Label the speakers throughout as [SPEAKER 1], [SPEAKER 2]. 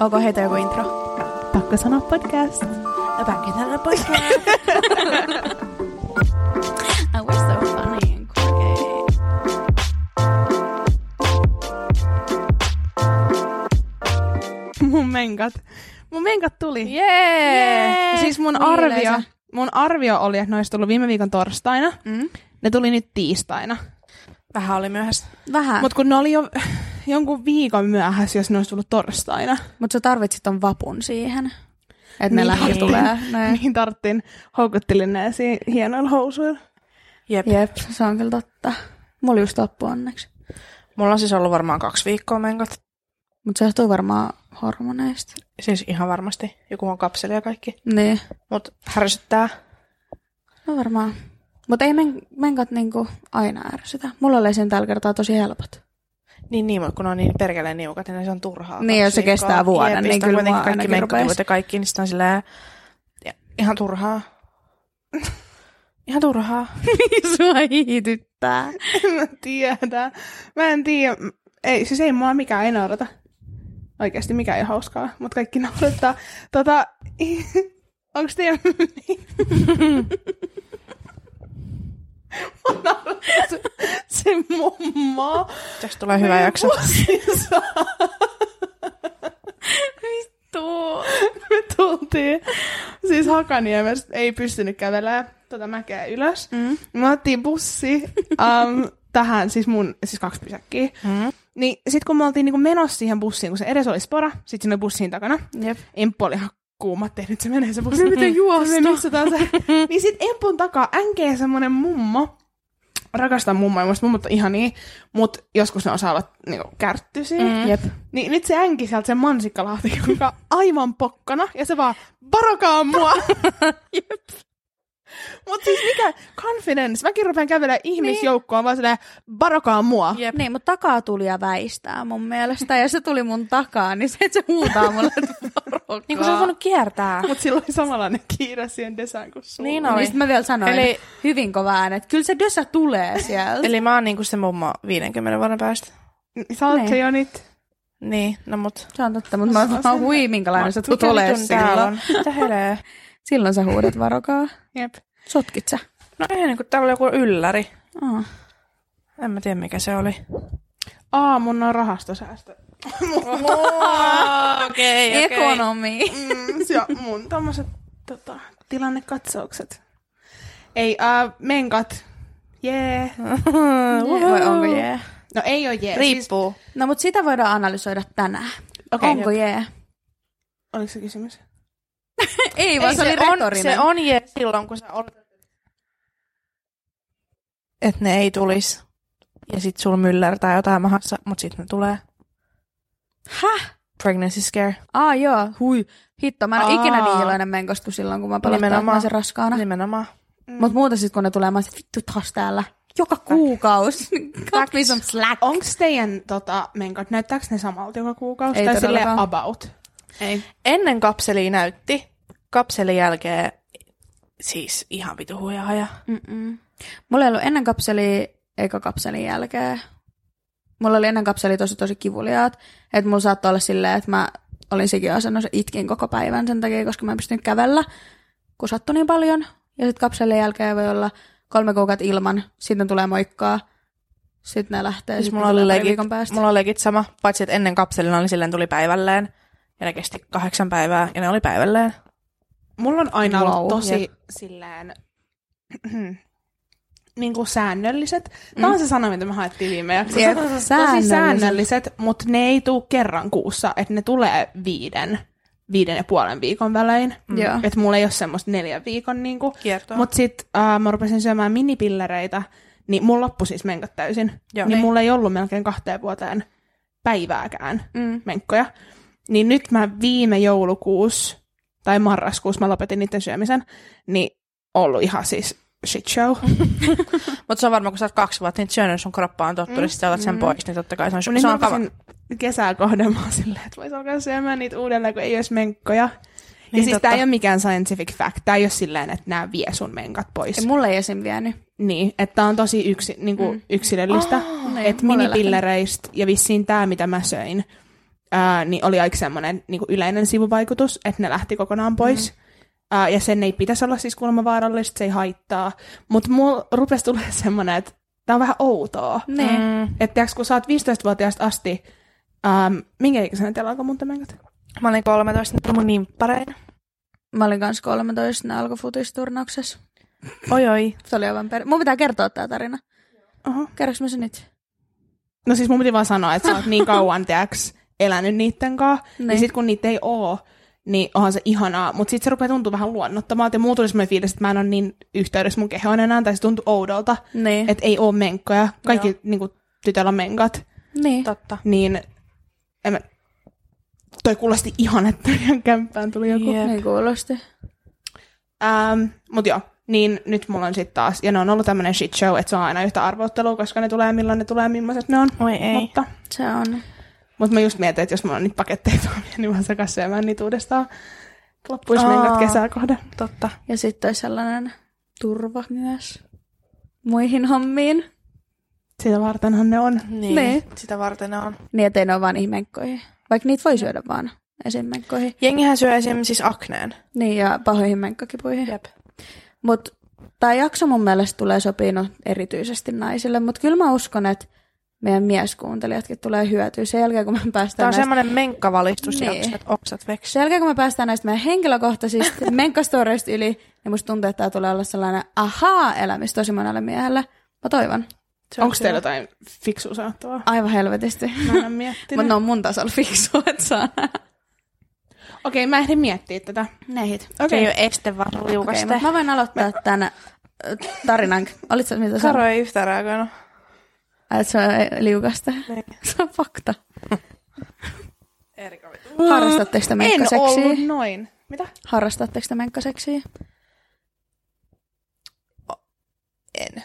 [SPEAKER 1] Och vad heter vår intro? No
[SPEAKER 2] Pakkasana podcast.
[SPEAKER 1] Oh, we're so funny and quirky.
[SPEAKER 2] Mun menkat. Mun menkat tuli.
[SPEAKER 1] Jee!
[SPEAKER 2] Ja Siis mun
[SPEAKER 1] Niin
[SPEAKER 2] arvio,
[SPEAKER 1] yleensä.
[SPEAKER 2] mun arvio oli, että ne olisi tullut viime viikon torstaina.
[SPEAKER 1] Mm.
[SPEAKER 2] Ne tuli nyt tiistaina.
[SPEAKER 3] Vähän oli myöhässä.
[SPEAKER 1] Vähän. Mut,
[SPEAKER 2] Mutta kun ne oli jo jonkun viikon myöhässä, jos ne olisi tullut torstaina,
[SPEAKER 1] mut sä tarvitsit ton vapun siihen. Että ne
[SPEAKER 2] Niin
[SPEAKER 1] lähi
[SPEAKER 2] tarvitsin.
[SPEAKER 1] tulee. Näin.
[SPEAKER 2] niin tarttiin houkuttelineesi hienoilla housuilla.
[SPEAKER 3] Jep.
[SPEAKER 1] Jep, se on kyllä totta. Mulla just loppu onneksi.
[SPEAKER 3] Mulla on siis ollut varmaan kaksi viikkoa menkat.
[SPEAKER 1] Mut se johtuu varmaan hormoneista.
[SPEAKER 3] Siis ihan varmasti. Joku on kapseli ja kaikki.
[SPEAKER 1] Niin.
[SPEAKER 3] Mut härsyttää.
[SPEAKER 1] No varmaan. Mutta ei men, menkat niinku aina ärsytä. Mulla oli sen tällä kertaa tosi helpot.
[SPEAKER 3] Niin niin, mut kun on niin perkeleen niukat, niin se on turhaa.
[SPEAKER 1] Niin, jos se
[SPEAKER 3] kaksi
[SPEAKER 1] kestää
[SPEAKER 3] viikkoa.
[SPEAKER 1] vuoden,
[SPEAKER 3] Jep,
[SPEAKER 1] niin
[SPEAKER 3] sitä
[SPEAKER 1] kyllä
[SPEAKER 3] kuitenkin
[SPEAKER 1] mua
[SPEAKER 3] kaikki
[SPEAKER 1] ainakin
[SPEAKER 3] menkkakivut
[SPEAKER 1] rupes.
[SPEAKER 3] ja kaikki, niin sitä on silleen... Ja, ihan turhaa. Ihan turhaa.
[SPEAKER 1] Sua hiityttää.
[SPEAKER 2] En mä tiedä. Mä en tiedä. Ei, siis ei mua mikään ei naurata. Oikeasti mikä ei ole hauskaa, mutta kaikki naurattaa. Tota, onks teidän... Mua naurattaa se, se mummo.
[SPEAKER 3] Tästä tulee
[SPEAKER 1] Niin.
[SPEAKER 3] hyvä jakso.
[SPEAKER 2] Vuosissa
[SPEAKER 1] Tuu.
[SPEAKER 2] me tultiin. Siis Hakaniemestä ei pystynyt kävelemään tota mäkeä ylös.
[SPEAKER 1] Mm.
[SPEAKER 2] Me otettiin bussi um, tähän, siis mun, siis kaksi pysäkkiä.
[SPEAKER 3] Mm.
[SPEAKER 2] Niin sit kun me oltiin niinku menossa siihen bussiin, kun se edes oli spora, sit siinä bussin takana,
[SPEAKER 1] Jep.
[SPEAKER 2] Emppu oli ihan kuuma, että nyt se menee se bussi. Mm.
[SPEAKER 1] Me pitää juosta.
[SPEAKER 2] Se missä tahansa. niin sit Empun takaa änkee semmonen mummo. Rakastan mummoja, musta mummot on ihania, mut joskus ne osaa olla niinku kärttysiä. Mm.
[SPEAKER 1] Jep.
[SPEAKER 2] Niin nyt se änki sieltä sen mansikkalaatikon, joka on aivan pokkana, ja se vaan, varokaa mua! Jep. Mut siis mikä confidence? Mäkin rupean kävelemään ihmisjoukkoon, vaan silleen, varokaa mua!
[SPEAKER 3] Jep.
[SPEAKER 1] Niin, mutta takaa tuli ja väistää mun mielestä. Ja se tuli mun takaa, niin se, että se huutaa mulle, että varokaa.
[SPEAKER 3] Niin kun se on voinut kiertää.
[SPEAKER 2] Mut silloin samanlainen kiire siihen desään kuin sulla.
[SPEAKER 3] Niin
[SPEAKER 1] No,
[SPEAKER 3] oli.
[SPEAKER 1] niin sit mä vielä sanoin Eli...
[SPEAKER 3] Eli-
[SPEAKER 1] hyvin kova ääni, että kyllä se dösä tulee sieltä. Eli...
[SPEAKER 3] Eli mä oon niinku se mummo 50 vuoden päästä.
[SPEAKER 2] Sä oot se
[SPEAKER 1] Niin.
[SPEAKER 2] jo nyt.
[SPEAKER 3] Niin, no mut.
[SPEAKER 1] Se on totta, mutta mä, mä hui, minkälainen sä tulet
[SPEAKER 3] Mikä
[SPEAKER 1] olemaan
[SPEAKER 3] vitun täällä
[SPEAKER 1] silloin.
[SPEAKER 3] on? Mitä helee?
[SPEAKER 1] Silloin sä huudat varokaa.
[SPEAKER 2] Jep.
[SPEAKER 1] Sotkit sä.
[SPEAKER 3] No ei niinku, täällä oli joku ylläri.
[SPEAKER 1] Oh.
[SPEAKER 3] En mä tiedä mikä se oli.
[SPEAKER 2] Aamun on rahastosäästö.
[SPEAKER 3] Okei,
[SPEAKER 1] Okay. Ekonomi.
[SPEAKER 2] Mm, se on mun tommoset tota, tilannekatsaukset. Ei, äh, menkat. Jee.
[SPEAKER 1] Vai onko jee?
[SPEAKER 2] No ei oo jee. Siis,
[SPEAKER 3] Riippuu.
[SPEAKER 1] No mutta sitä voidaan analysoida tänään. Okay,
[SPEAKER 2] Okei.
[SPEAKER 1] onko jee?
[SPEAKER 2] Oliko se kysymys?
[SPEAKER 1] Ei, vaan se, oli
[SPEAKER 3] on,
[SPEAKER 1] retorinen.
[SPEAKER 3] se on jee silloin, kun sä olet... Et ne ei tulis. Ja sit sul myllärtää jotain mahassa, mut sit ne tulee.
[SPEAKER 1] Häh?
[SPEAKER 3] Pregnancy scare.
[SPEAKER 1] Aa joo, hui. Hitto, mä en ole ikinä niin
[SPEAKER 3] Aa.
[SPEAKER 1] iloinen menkosta kuin silloin, kun mä palattaan, että
[SPEAKER 3] Nimenomaan.
[SPEAKER 1] mä sen raskaana.
[SPEAKER 3] Nimenomaan.
[SPEAKER 2] Mm.
[SPEAKER 1] Mutta muuten sitten kun ne tulee, mä oon Mm. sit, vittu taas täällä. Joka kuukausi. Cut me some slack.
[SPEAKER 2] Onks teidän tota, menkat, näyttääkö ne samalta joka kuukausi?
[SPEAKER 1] Ei
[SPEAKER 2] tai sille
[SPEAKER 1] todellakaan.
[SPEAKER 2] about? Ei.
[SPEAKER 3] Ennen kapselia näytti. Kapselin jälkeen siis ihan vitu huijahaja.
[SPEAKER 1] Mm-mm. Mulla ei ollut ennen kapseli, eikä kapselin jälkeen. Mulla oli ennen kapseli tosi tosi kivuliaat. Että mulla saattoi olla silleen, että mä olin sekin asennossa itkin koko päivän sen takia, koska mä en pystynyt kävellä, kun sattui niin paljon. Ja sitten kapselin jälkeen voi olla kolme kuukautta ilman, sitten tulee moikkaa, sitten ne lähtee,
[SPEAKER 3] Siis
[SPEAKER 1] sitten
[SPEAKER 3] mulla oli,
[SPEAKER 1] tulee pari
[SPEAKER 3] legit,
[SPEAKER 1] viikon päästä.
[SPEAKER 3] mulla oli legit sama, paitsi että ennen kapselina oli silleen tuli päivälleen. Ja ne kesti kahdeksan päivää, ja ne oli päivälleen.
[SPEAKER 2] Mulla on aina wow,
[SPEAKER 1] Wow,
[SPEAKER 2] ollut tosi
[SPEAKER 1] jep.
[SPEAKER 2] yeah. silleen niin kuin säännölliset. Tämä on se sana, mitä me haettiin viime jaksossa.
[SPEAKER 1] Mm. Jep,
[SPEAKER 2] Tosi
[SPEAKER 1] säännölliset.
[SPEAKER 2] säännölliset, mutta ne ei tule kerran kuussa, että ne tulee viiden, viiden ja puolen viikon välein.
[SPEAKER 1] Joo.
[SPEAKER 2] Että mulla ei ole semmoista neljän viikon niinku.
[SPEAKER 3] Kiertoa.
[SPEAKER 2] Mutta sitten äh, mä rupesin syömään minipillereitä, niin mun loppu siis menkat täysin.
[SPEAKER 3] Joo.
[SPEAKER 2] Niin
[SPEAKER 3] Niin.
[SPEAKER 2] mulla ei ollut melkein kahteen vuoteen päivääkään
[SPEAKER 1] Mm.
[SPEAKER 2] menkkoja. Niin nyt mä viime joulukuussa tai marraskuussa mä lopetin niiden syömisen, niin ollut ihan siis shit show.
[SPEAKER 3] Mutta se on varmaan, kun sä oot kaksi vuotta, niin syönyt sun kroppaan tottunut, mm. sit sä otat sen pois, niin totta kai se on,
[SPEAKER 2] Mun
[SPEAKER 3] se on kava.
[SPEAKER 2] rupesin kesää kohden mä oon silleen, että vois alkaa syömään niitä uudelleen, kun ei olisi menkkoja. Niin
[SPEAKER 3] Niin
[SPEAKER 2] ja siis
[SPEAKER 3] totta.
[SPEAKER 2] tää ei ole mikään scientific fact. Tää ei ole silleen, että nämä vie sun menkat pois.
[SPEAKER 1] Ja mulla ei esim. vienyt.
[SPEAKER 2] Niin, että tää on tosi yksi, niin kuin mm. yksilöllistä.
[SPEAKER 1] Aa,
[SPEAKER 2] Oh,
[SPEAKER 1] niin,
[SPEAKER 2] että
[SPEAKER 1] mulla ei
[SPEAKER 2] minipillereistä ja vissiin tämä, mitä mä söin, ää, niin oli aika semmoinen niin yleinen sivuvaikutus, että ne lähti kokonaan pois. Ää, ja sen ei pitäisi olla siis kuulemma vaarallista, se ei haittaa. Mutta mulla rupesi tulemaan semmoinen, että tämä on vähän outoa.
[SPEAKER 1] Niin.
[SPEAKER 3] Mm.
[SPEAKER 2] Että tiiäks, kun sä oot 15-vuotiaasta asti, äm, minkä ikäisenä teillä alkoi mun tämänkat?
[SPEAKER 3] Mä olin 13, nyt tuli mun nimppareina.
[SPEAKER 1] Mä olin kanssa 13, ne alkoi futisturnauksessa.
[SPEAKER 3] Oi oi.
[SPEAKER 1] Se oli aivan per... Mun pitää kertoa tää tarina.
[SPEAKER 2] Oho.
[SPEAKER 1] Kerroks mä sen nyt?
[SPEAKER 2] No siis mun piti vaan sanoa, että sä oot niin kauan, tiiäks, elänyt niitten kanssa. Niin. Ja sit kun niitä ei oo, niin onhan se ihanaa. Mutta sit se rupeaa tuntua vähän luonnottomalta. Ja mulla tuli semmoinen fiilis, että mä en ole niin yhteydessä mun kehoon enää. Tai se tuntuu oudolta,
[SPEAKER 1] Niin.
[SPEAKER 2] että ei oo menkkoja.
[SPEAKER 3] Joo.
[SPEAKER 2] Kaikki niinku, tytöllä on menkat.
[SPEAKER 1] niin.
[SPEAKER 3] Totta.
[SPEAKER 2] Niin en mä... Toi kuulosti ihan, että ihan kämppään tuli joku.
[SPEAKER 3] Jep.
[SPEAKER 1] Niin kuulosti.
[SPEAKER 2] Ähm, mut joo, niin nyt mulla on sitten taas, ja ne on ollut tämmönen shit show, että se on aina yhtä arvottelua, koska ne tulee, milloin ne tulee, millaiset ne on.
[SPEAKER 3] Oi ei.
[SPEAKER 2] Mutta,
[SPEAKER 1] Se on.
[SPEAKER 2] mut mä just mietin, että jos mulla on niitä paketteja tuomia, niin mä sakas syömään niitä uudestaan. Loppuisi
[SPEAKER 3] Aa.
[SPEAKER 2] menkät kesää kohden.
[SPEAKER 3] Totta.
[SPEAKER 1] Ja sitten olisi sellainen turva myös muihin hommiin.
[SPEAKER 2] Sitä vartenhan ne on.
[SPEAKER 3] Niin.
[SPEAKER 1] Niin.
[SPEAKER 3] Sitä varten ne on.
[SPEAKER 1] Niin, ettei ne ole vaan ihmenkkoihin. Vaikka niitä voi syödä vaan esimenkkoihin.
[SPEAKER 3] Jengihän syö esimerkiksi siis akneen.
[SPEAKER 1] Niin, ja pahoihin menkkakipuihin.
[SPEAKER 3] Jep.
[SPEAKER 1] Mutta tämä jakso mun mielestä tulee sopinut erityisesti naisille, mutta kyllä mä uskon, että meidän mieskuuntelijatkin tulee hyötyä sen jälkeen, kun me
[SPEAKER 3] Tämä
[SPEAKER 1] päästään
[SPEAKER 3] on
[SPEAKER 1] näistä,
[SPEAKER 3] semmoinen menkkavalistus,
[SPEAKER 1] Niin.
[SPEAKER 3] niin. että oksat veksi.
[SPEAKER 1] sen jälkeen, kun me päästään näistä meidän henkilökohtaisista menkkastoreista yli, niin musta tuntuu, että tämä tulee olla sellainen ahaa-elämys tosi monelle miehelle. Mä toivon.
[SPEAKER 3] Se on
[SPEAKER 2] Onko teillä
[SPEAKER 3] kyllä.
[SPEAKER 2] jotain fiksua sanottavaa? no.
[SPEAKER 1] Aivan helvetisti.
[SPEAKER 2] Mä en oo
[SPEAKER 1] Mutta
[SPEAKER 2] miettinyt.
[SPEAKER 1] ne on mun tasolla fiksua, että saa
[SPEAKER 2] Okei, mä ehdin miettiä tätä.
[SPEAKER 1] ne hit.
[SPEAKER 3] Se
[SPEAKER 2] Okei,
[SPEAKER 3] ei ole este, vaan
[SPEAKER 1] Okei,
[SPEAKER 3] liukaste.
[SPEAKER 1] mut mä voin aloittaa tämän äh, tarinan. Olitko mitä sä
[SPEAKER 3] Karo ei yhtään reagoinut.
[SPEAKER 1] Ai, että se on liukasta.
[SPEAKER 3] Niin.
[SPEAKER 1] Se on fakta.
[SPEAKER 3] Erika.
[SPEAKER 1] Harrastatteko te
[SPEAKER 2] en
[SPEAKER 1] menkkaseksiä?
[SPEAKER 2] ollut noin. Mitä?
[SPEAKER 1] Harrastatteko te menkkaseksiä?
[SPEAKER 3] En.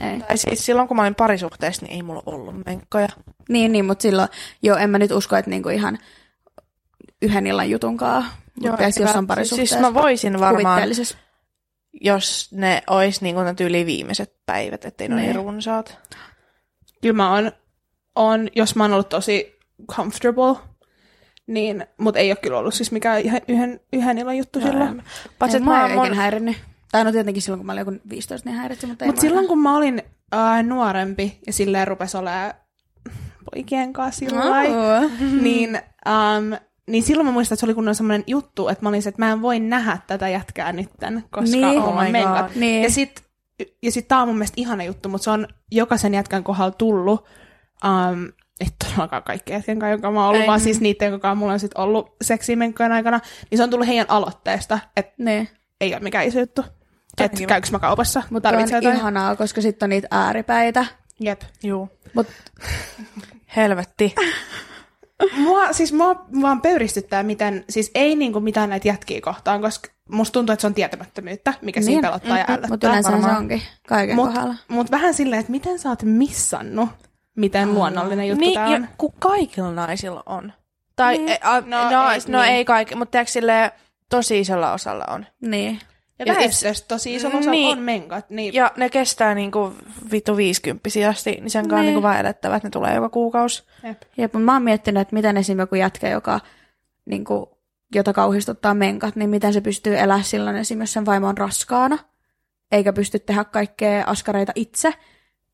[SPEAKER 1] Ei.
[SPEAKER 3] Tai siis silloin, kun mä olin parisuhteessa, niin ei mulla ollut menkkoja.
[SPEAKER 1] Niin, niin, mutta silloin, joo, en mä nyt usko, että niinku ihan yhden illan jutunkaan, mutta jos
[SPEAKER 3] hyvä.
[SPEAKER 1] on parisuhteessa,
[SPEAKER 3] Siis mä voisin varmaan,
[SPEAKER 1] kuvitteellisessa.
[SPEAKER 3] jos ne olisi niin kuin tyyli viimeiset päivät, ettei ne ole
[SPEAKER 1] Niin.
[SPEAKER 3] niin runsaat.
[SPEAKER 2] kyllä mä oon, on, jos mä oon ollut tosi comfortable, niin, mut ei ole kyllä ollut siis mikään ihan yhden, yhden illan juttu no, silloin.
[SPEAKER 3] Paitsi,
[SPEAKER 1] Ei,
[SPEAKER 3] että mä
[SPEAKER 1] mä
[SPEAKER 3] oon
[SPEAKER 1] en mun...
[SPEAKER 3] mon...
[SPEAKER 1] häirinnyt. Tai no tietenkin silloin, kun mä olin joku 15, niin häiritsi, mutta ei
[SPEAKER 2] Mutta silloin kun mä olin äh, nuorempi ja silleen rupes olemaan poikien kanssa sillai, niin, ähm, niin silloin mä muistan, että se oli kunnon semmoinen juttu, että mä olin se, että mä en voi nähdä tätä jätkää nytten, koska
[SPEAKER 1] Niin.
[SPEAKER 2] niin,
[SPEAKER 1] Oh
[SPEAKER 2] on
[SPEAKER 3] my
[SPEAKER 2] menkat.
[SPEAKER 3] god.
[SPEAKER 1] Niin.
[SPEAKER 2] Ja sit, ja sit tää on mun mielestä ihana juttu, mutta se on jokaisen jätkän kohdalla tullut. Um, ei todellakaan kaikki jätkän kanssa, jonka mä oon ollut,
[SPEAKER 3] Ei.
[SPEAKER 2] vaan siis niiden, joka mulla on sit ollut seksimenkkojen aikana, niin se on tullut heidän aloitteesta, että
[SPEAKER 1] Niin.
[SPEAKER 2] ei ole mikään iso juttu. Että
[SPEAKER 3] kiva.
[SPEAKER 2] käykö mä kaupassa, mutta
[SPEAKER 1] Tuo on
[SPEAKER 2] tarvitsee jotain.
[SPEAKER 1] ihanaa, koska sitten on niitä ääripäitä.
[SPEAKER 2] Jep.
[SPEAKER 3] Juu.
[SPEAKER 1] Mut,
[SPEAKER 3] Helvetti.
[SPEAKER 2] Mua, siis mua vaan pöyristyttää, miten, siis ei niinku mitään näitä jätkiä kohtaan, koska musta tuntuu, että se on tietämättömyyttä, mikä niin.
[SPEAKER 1] Niin.
[SPEAKER 2] siinä pelottaa ja ällättää.
[SPEAKER 1] mut yleensä se
[SPEAKER 3] varmaan.
[SPEAKER 1] onkin kaiken
[SPEAKER 2] Mut-
[SPEAKER 1] kohdalla.
[SPEAKER 2] Mut vähän silleen, että miten sä oot missannut, miten luonnollinen juttu tää
[SPEAKER 3] niin,
[SPEAKER 2] on.
[SPEAKER 3] ja kun kaikilla naisilla on. Tai
[SPEAKER 1] Niin.
[SPEAKER 3] niin. e, a,
[SPEAKER 2] No
[SPEAKER 3] no, no,
[SPEAKER 2] ei,
[SPEAKER 3] ei, no
[SPEAKER 2] niin.
[SPEAKER 3] ei kaikki, mutta tiedätkö silleen, tosi isolla osalla on.
[SPEAKER 1] Niin.
[SPEAKER 2] Ja
[SPEAKER 3] Ja
[SPEAKER 2] väestöstä tosi iso osa
[SPEAKER 3] Niin.
[SPEAKER 2] on menkat, niin
[SPEAKER 3] Ja ne kestää niinku vittu viisikymppisiä asti, niin sen kanssa
[SPEAKER 1] Niin.
[SPEAKER 3] niinku vaan elettävä, että ne tulee joka kuukausi.
[SPEAKER 2] Jep.
[SPEAKER 1] Jep, mä oon miettinyt, että miten esim. joku jätkä, joka, niin kuin, jota kauhistuttaa menkat, niin miten se pystyy elää silloin esim. jos sen vaimo on raskaana, eikä pysty tehdä kaikkea askareita itse,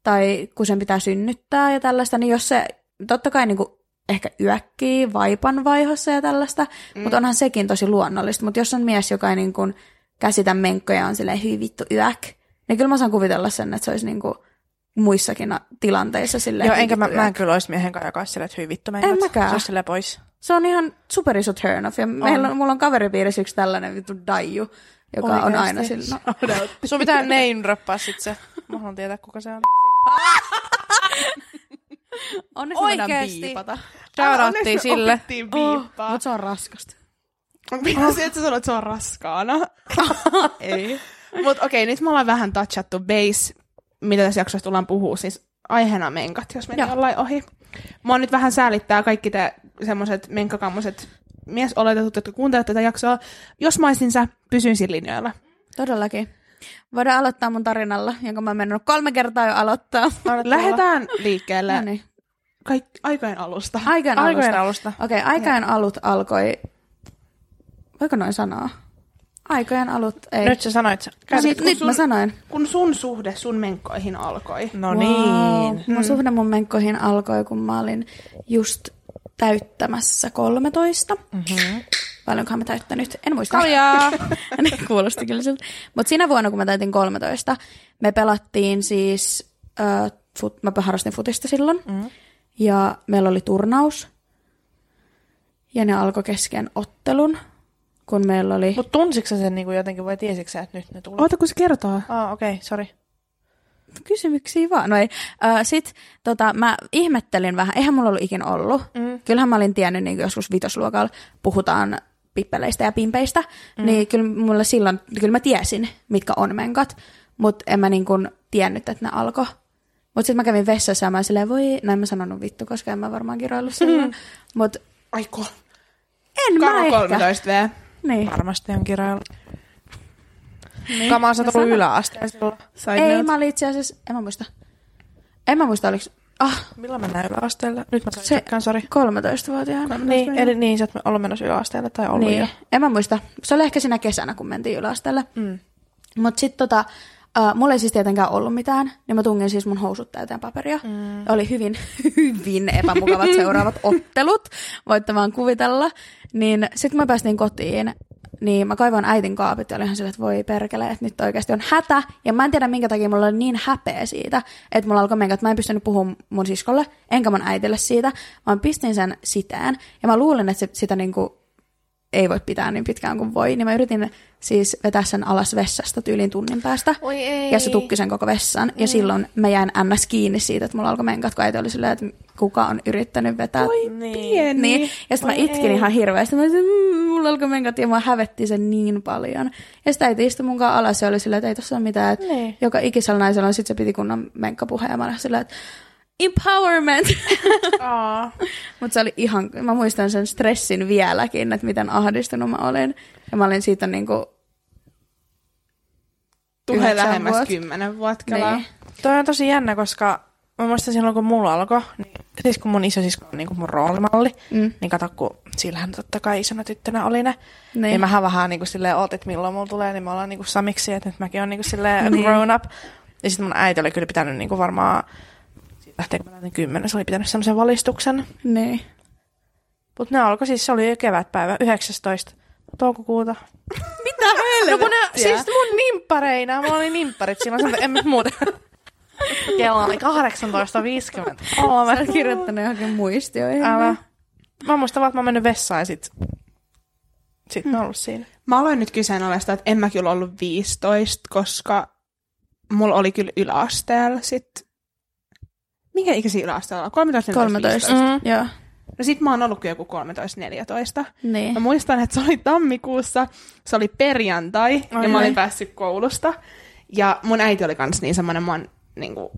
[SPEAKER 1] tai kun sen pitää synnyttää ja tällaista, niin jos se totta kai niin kuin, ehkä yökkii vaipan vaihossa ja tällaista, mm. mutta onhan sekin tosi luonnollista. Mutta jos on mies, joka ei niin kuin, käsitä menkkoja ja on silleen, hyi vittu yäk, niin kyllä mä saan kuvitella sen, että se olisi niin kuin, muissakin a- tilanteissa silleen.
[SPEAKER 3] Joo,
[SPEAKER 1] "Hyi
[SPEAKER 3] enkä mä,
[SPEAKER 1] vittu,
[SPEAKER 3] mä
[SPEAKER 1] yäk."
[SPEAKER 3] en kyllä olisi miehen kanssa, joka olisi silleen, että hyvin vittu menkät.
[SPEAKER 1] En mäkään.
[SPEAKER 3] Se olisi silleen pois.
[SPEAKER 1] Se on ihan super iso turn off. Ja meillä on, mulla on kaveripiirissä yksi tällainen vittu daiju, joka Oikeasti. on
[SPEAKER 3] Oikeesti?
[SPEAKER 1] aina sillä. No,
[SPEAKER 3] Sun pitää neinrappaa sit se. Mä haluan tietää, kuka se on.
[SPEAKER 1] onneksi
[SPEAKER 3] me voidaan biipata. Shoutouttiin sille.
[SPEAKER 2] Oh.
[SPEAKER 1] Mutta se on raskasta.
[SPEAKER 2] Mitä
[SPEAKER 1] Ah.
[SPEAKER 2] se, että sä sanoit, että se on raskaana?
[SPEAKER 1] Ei.
[SPEAKER 2] Mutta okei, nyt me ollaan vähän touchattu base, mitä tässä jaksossa tullaan puhua, siis aiheena menkat, jos meni
[SPEAKER 1] Joo.
[SPEAKER 2] jollain ohi. Mua nyt vähän säälittää kaikki te semmoiset menkkakammoset miesoletetut, jotka kuuntelevat tätä jaksoa. Jos mä olisin sä, pysyisin linjoilla.
[SPEAKER 1] Todellakin. Voidaan aloittaa mun tarinalla, jonka mä oon mennyt kolme kertaa jo aloittaa. No
[SPEAKER 2] Lähdetään liikkeelle
[SPEAKER 1] Noniin.
[SPEAKER 2] Kaik, aikojen alusta.
[SPEAKER 1] No niin. Aikojen
[SPEAKER 3] Aikojen
[SPEAKER 1] alusta.
[SPEAKER 3] alusta.
[SPEAKER 1] Okei, okay, aikojen alut alkoi... Voiko noin sanoa? Aikojen alut ei.
[SPEAKER 3] Nyt sä sanoit.
[SPEAKER 1] no,
[SPEAKER 2] käsit,
[SPEAKER 1] nyt,
[SPEAKER 2] kun
[SPEAKER 1] nyt
[SPEAKER 2] sun-
[SPEAKER 1] mä sanoin.
[SPEAKER 2] Kun sun suhde sun menkkoihin alkoi.
[SPEAKER 3] No niin.
[SPEAKER 1] Mun suhde mun menkkoihin alkoi, kun mä olin just täyttämässä 13.
[SPEAKER 3] Mm-hmm.
[SPEAKER 1] Paljonkohan mä täyttänyt? En muista. Niin,
[SPEAKER 3] Kaljaa.
[SPEAKER 1] Kuulosti kyllä siltä. Mutta siinä vuonna, kun mä täytin 13, me pelattiin siis, äh, fut, mä harrastin futista silloin, mm. ja meillä oli turnaus, ja ne alkoi kesken ottelun, kun meillä oli... Mut,
[SPEAKER 3] Mut tunsitko sä sen niinku jotenkin vai tiesitkö sä, että nyt ne tulee?
[SPEAKER 2] Oota, kun se kertoo.
[SPEAKER 3] Ah, okei, okay, sori.
[SPEAKER 1] kysymyksiä vaan, no ei. Äh, sit tota, mä ihmettelin vähän, eihän mulla ollut ikin ollut. Mm. Kyllähän mä olin tiennyt niin joskus vitosluokalla puhutaan pippeleistä ja pimpeistä, mm. niin kyllä mulla silloin, kyllä mä tiesin, mitkä on menkat, mutta en mä niin kuin tiennyt, että ne alkoi. Mutta sitten mä kävin vessassa ja mä olin silleen, voi, näin mä sanonut vittu, koska en mä varmaan kiroillut silloin. Mutta
[SPEAKER 2] Aiko.
[SPEAKER 1] en
[SPEAKER 2] Karo
[SPEAKER 1] mä ehkä.
[SPEAKER 2] 13 V.
[SPEAKER 1] Niin.
[SPEAKER 3] Varmasti on kirjailla. Niin. Kamaa sä tullut yläasteen silloin.
[SPEAKER 2] Side
[SPEAKER 1] Ei,
[SPEAKER 2] note.
[SPEAKER 1] mä olin itse asiassa, en mä muista. En mä muista, oliko, ah,
[SPEAKER 3] Milloin mennään yläasteelle? Nyt mä sain
[SPEAKER 1] Se-
[SPEAKER 3] se... sori.
[SPEAKER 1] 13-vuotiaana.
[SPEAKER 3] Niin, eli niin, sä oot me- ollut menossa yläasteelle tai ollut niin.
[SPEAKER 1] Niin,
[SPEAKER 3] jo.
[SPEAKER 1] en mä muista. Se oli ehkä siinä kesänä, kun mentiin yläasteelle.
[SPEAKER 3] Mm.
[SPEAKER 1] Mutta sitten tota, äh, mulla ei siis tietenkään ollut mitään, niin mä tungin siis mun housut täyteen paperia. Mm. Oli hyvin, hyvin epämukavat seuraavat ottelut, voitte vaan kuvitella. Niin sitten kun mä päästiin kotiin, niin mä kaivoin äitin kaapit ja olihan silleen, että voi perkele, että nyt oikeasti on hätä. Ja mä en tiedä, minkä takia mulla oli niin häpeä siitä, että mulla alkoi menkää, että mä en pystynyt puhumaan mun siskolle, enkä mun äitille siitä. Mä pistin sen sitään ja mä luulin, että se, sitä niinku ei voi pitää niin pitkään kuin voi, niin mä yritin siis vetää sen alas vessasta tyylin tunnin päästä.
[SPEAKER 3] Oi ei.
[SPEAKER 1] Ja se tukki sen koko vessan. Mm. Ja silloin mä jäin ns. kiinni siitä, että mulla alkoi menkat, kun äiti oli silleen, että kuka on yrittänyt vetää. Oi,
[SPEAKER 3] Niin.
[SPEAKER 2] Pieni.
[SPEAKER 1] niin. Ja sitten mä
[SPEAKER 3] Oi
[SPEAKER 1] itkin
[SPEAKER 3] ei.
[SPEAKER 1] ihan hirveästi. Mä olisin, "Mm, mulla alkoi menkat ja mua hävetti sen niin paljon. Ja sitä äiti istui munkaan alas ja oli silleen, että ei tossa ole mitään. Että
[SPEAKER 3] Niin.
[SPEAKER 1] Joka ikisellä naisella on sit se piti kunnon menkkapuhe. Ja mä olin silleen, että empowerment.
[SPEAKER 2] Aa.
[SPEAKER 1] Mutta se oli ihan, mä muistan sen stressin vieläkin, että miten ahdistunut mä olin. Ja mä olin siitä niinku,
[SPEAKER 2] Tulee
[SPEAKER 1] Yhdeksän
[SPEAKER 2] lähemmäs
[SPEAKER 1] vuotta.
[SPEAKER 2] kymmenen vuotta kelaa.
[SPEAKER 1] niin.
[SPEAKER 3] Toi on tosi jännä, koska mä muistan silloin, kun mulla alkoi, niin, siis kun mun isosisko on niin kuin mun roolimalli,
[SPEAKER 1] Mm.
[SPEAKER 3] niin kato, kun sillähän totta kai isona tyttönä oli ne.
[SPEAKER 1] Niin.
[SPEAKER 3] Niin. Ja mähän vähän niin kuin silleen oot, että milloin mulla tulee, niin me ollaan niin kuin samiksi, että nyt mäkin on niin kuin silleen
[SPEAKER 1] Niin.
[SPEAKER 3] grown up. Ja sitten mun äiti oli kyllä pitänyt niin kuin varmaan, siitä lähtien kun mä täytin kymmenen, se oli pitänyt semmoisen valistuksen.
[SPEAKER 1] Niin.
[SPEAKER 3] Mutta ne alkoi siis, se oli jo kevätpäivä, 19. toukokuuta.
[SPEAKER 2] Mitä
[SPEAKER 3] No kun ne, siis mun nimppareina, mulla oli nimpparit silloin, sanoin, että en nyt muuta. Kello oli 18.50.
[SPEAKER 1] Mä oon kirjoittanut johonkin muistioihin.
[SPEAKER 3] Älä. Mä muistan vaan, että mä oon mennyt vessaan ja sit, sit mm. ollut siinä.
[SPEAKER 2] Mä aloin nyt kyseenalaistaa, että en mä kyllä ollut 15, koska mulla oli kyllä yläasteella sit... Minkä ikäisiä yläasteella? on? 13, 14,
[SPEAKER 1] 13.
[SPEAKER 2] 15.
[SPEAKER 1] Mm. Joo.
[SPEAKER 2] No sit mä oon ollut kyllä joku 13-14.
[SPEAKER 1] Niin.
[SPEAKER 2] Mä muistan, että se oli tammikuussa, se oli perjantai, Ai ja
[SPEAKER 1] Ai
[SPEAKER 2] mä olin
[SPEAKER 1] ai.
[SPEAKER 2] päässyt koulusta. Ja mun äiti oli kans niin semmoinen, mä oon niin kuin,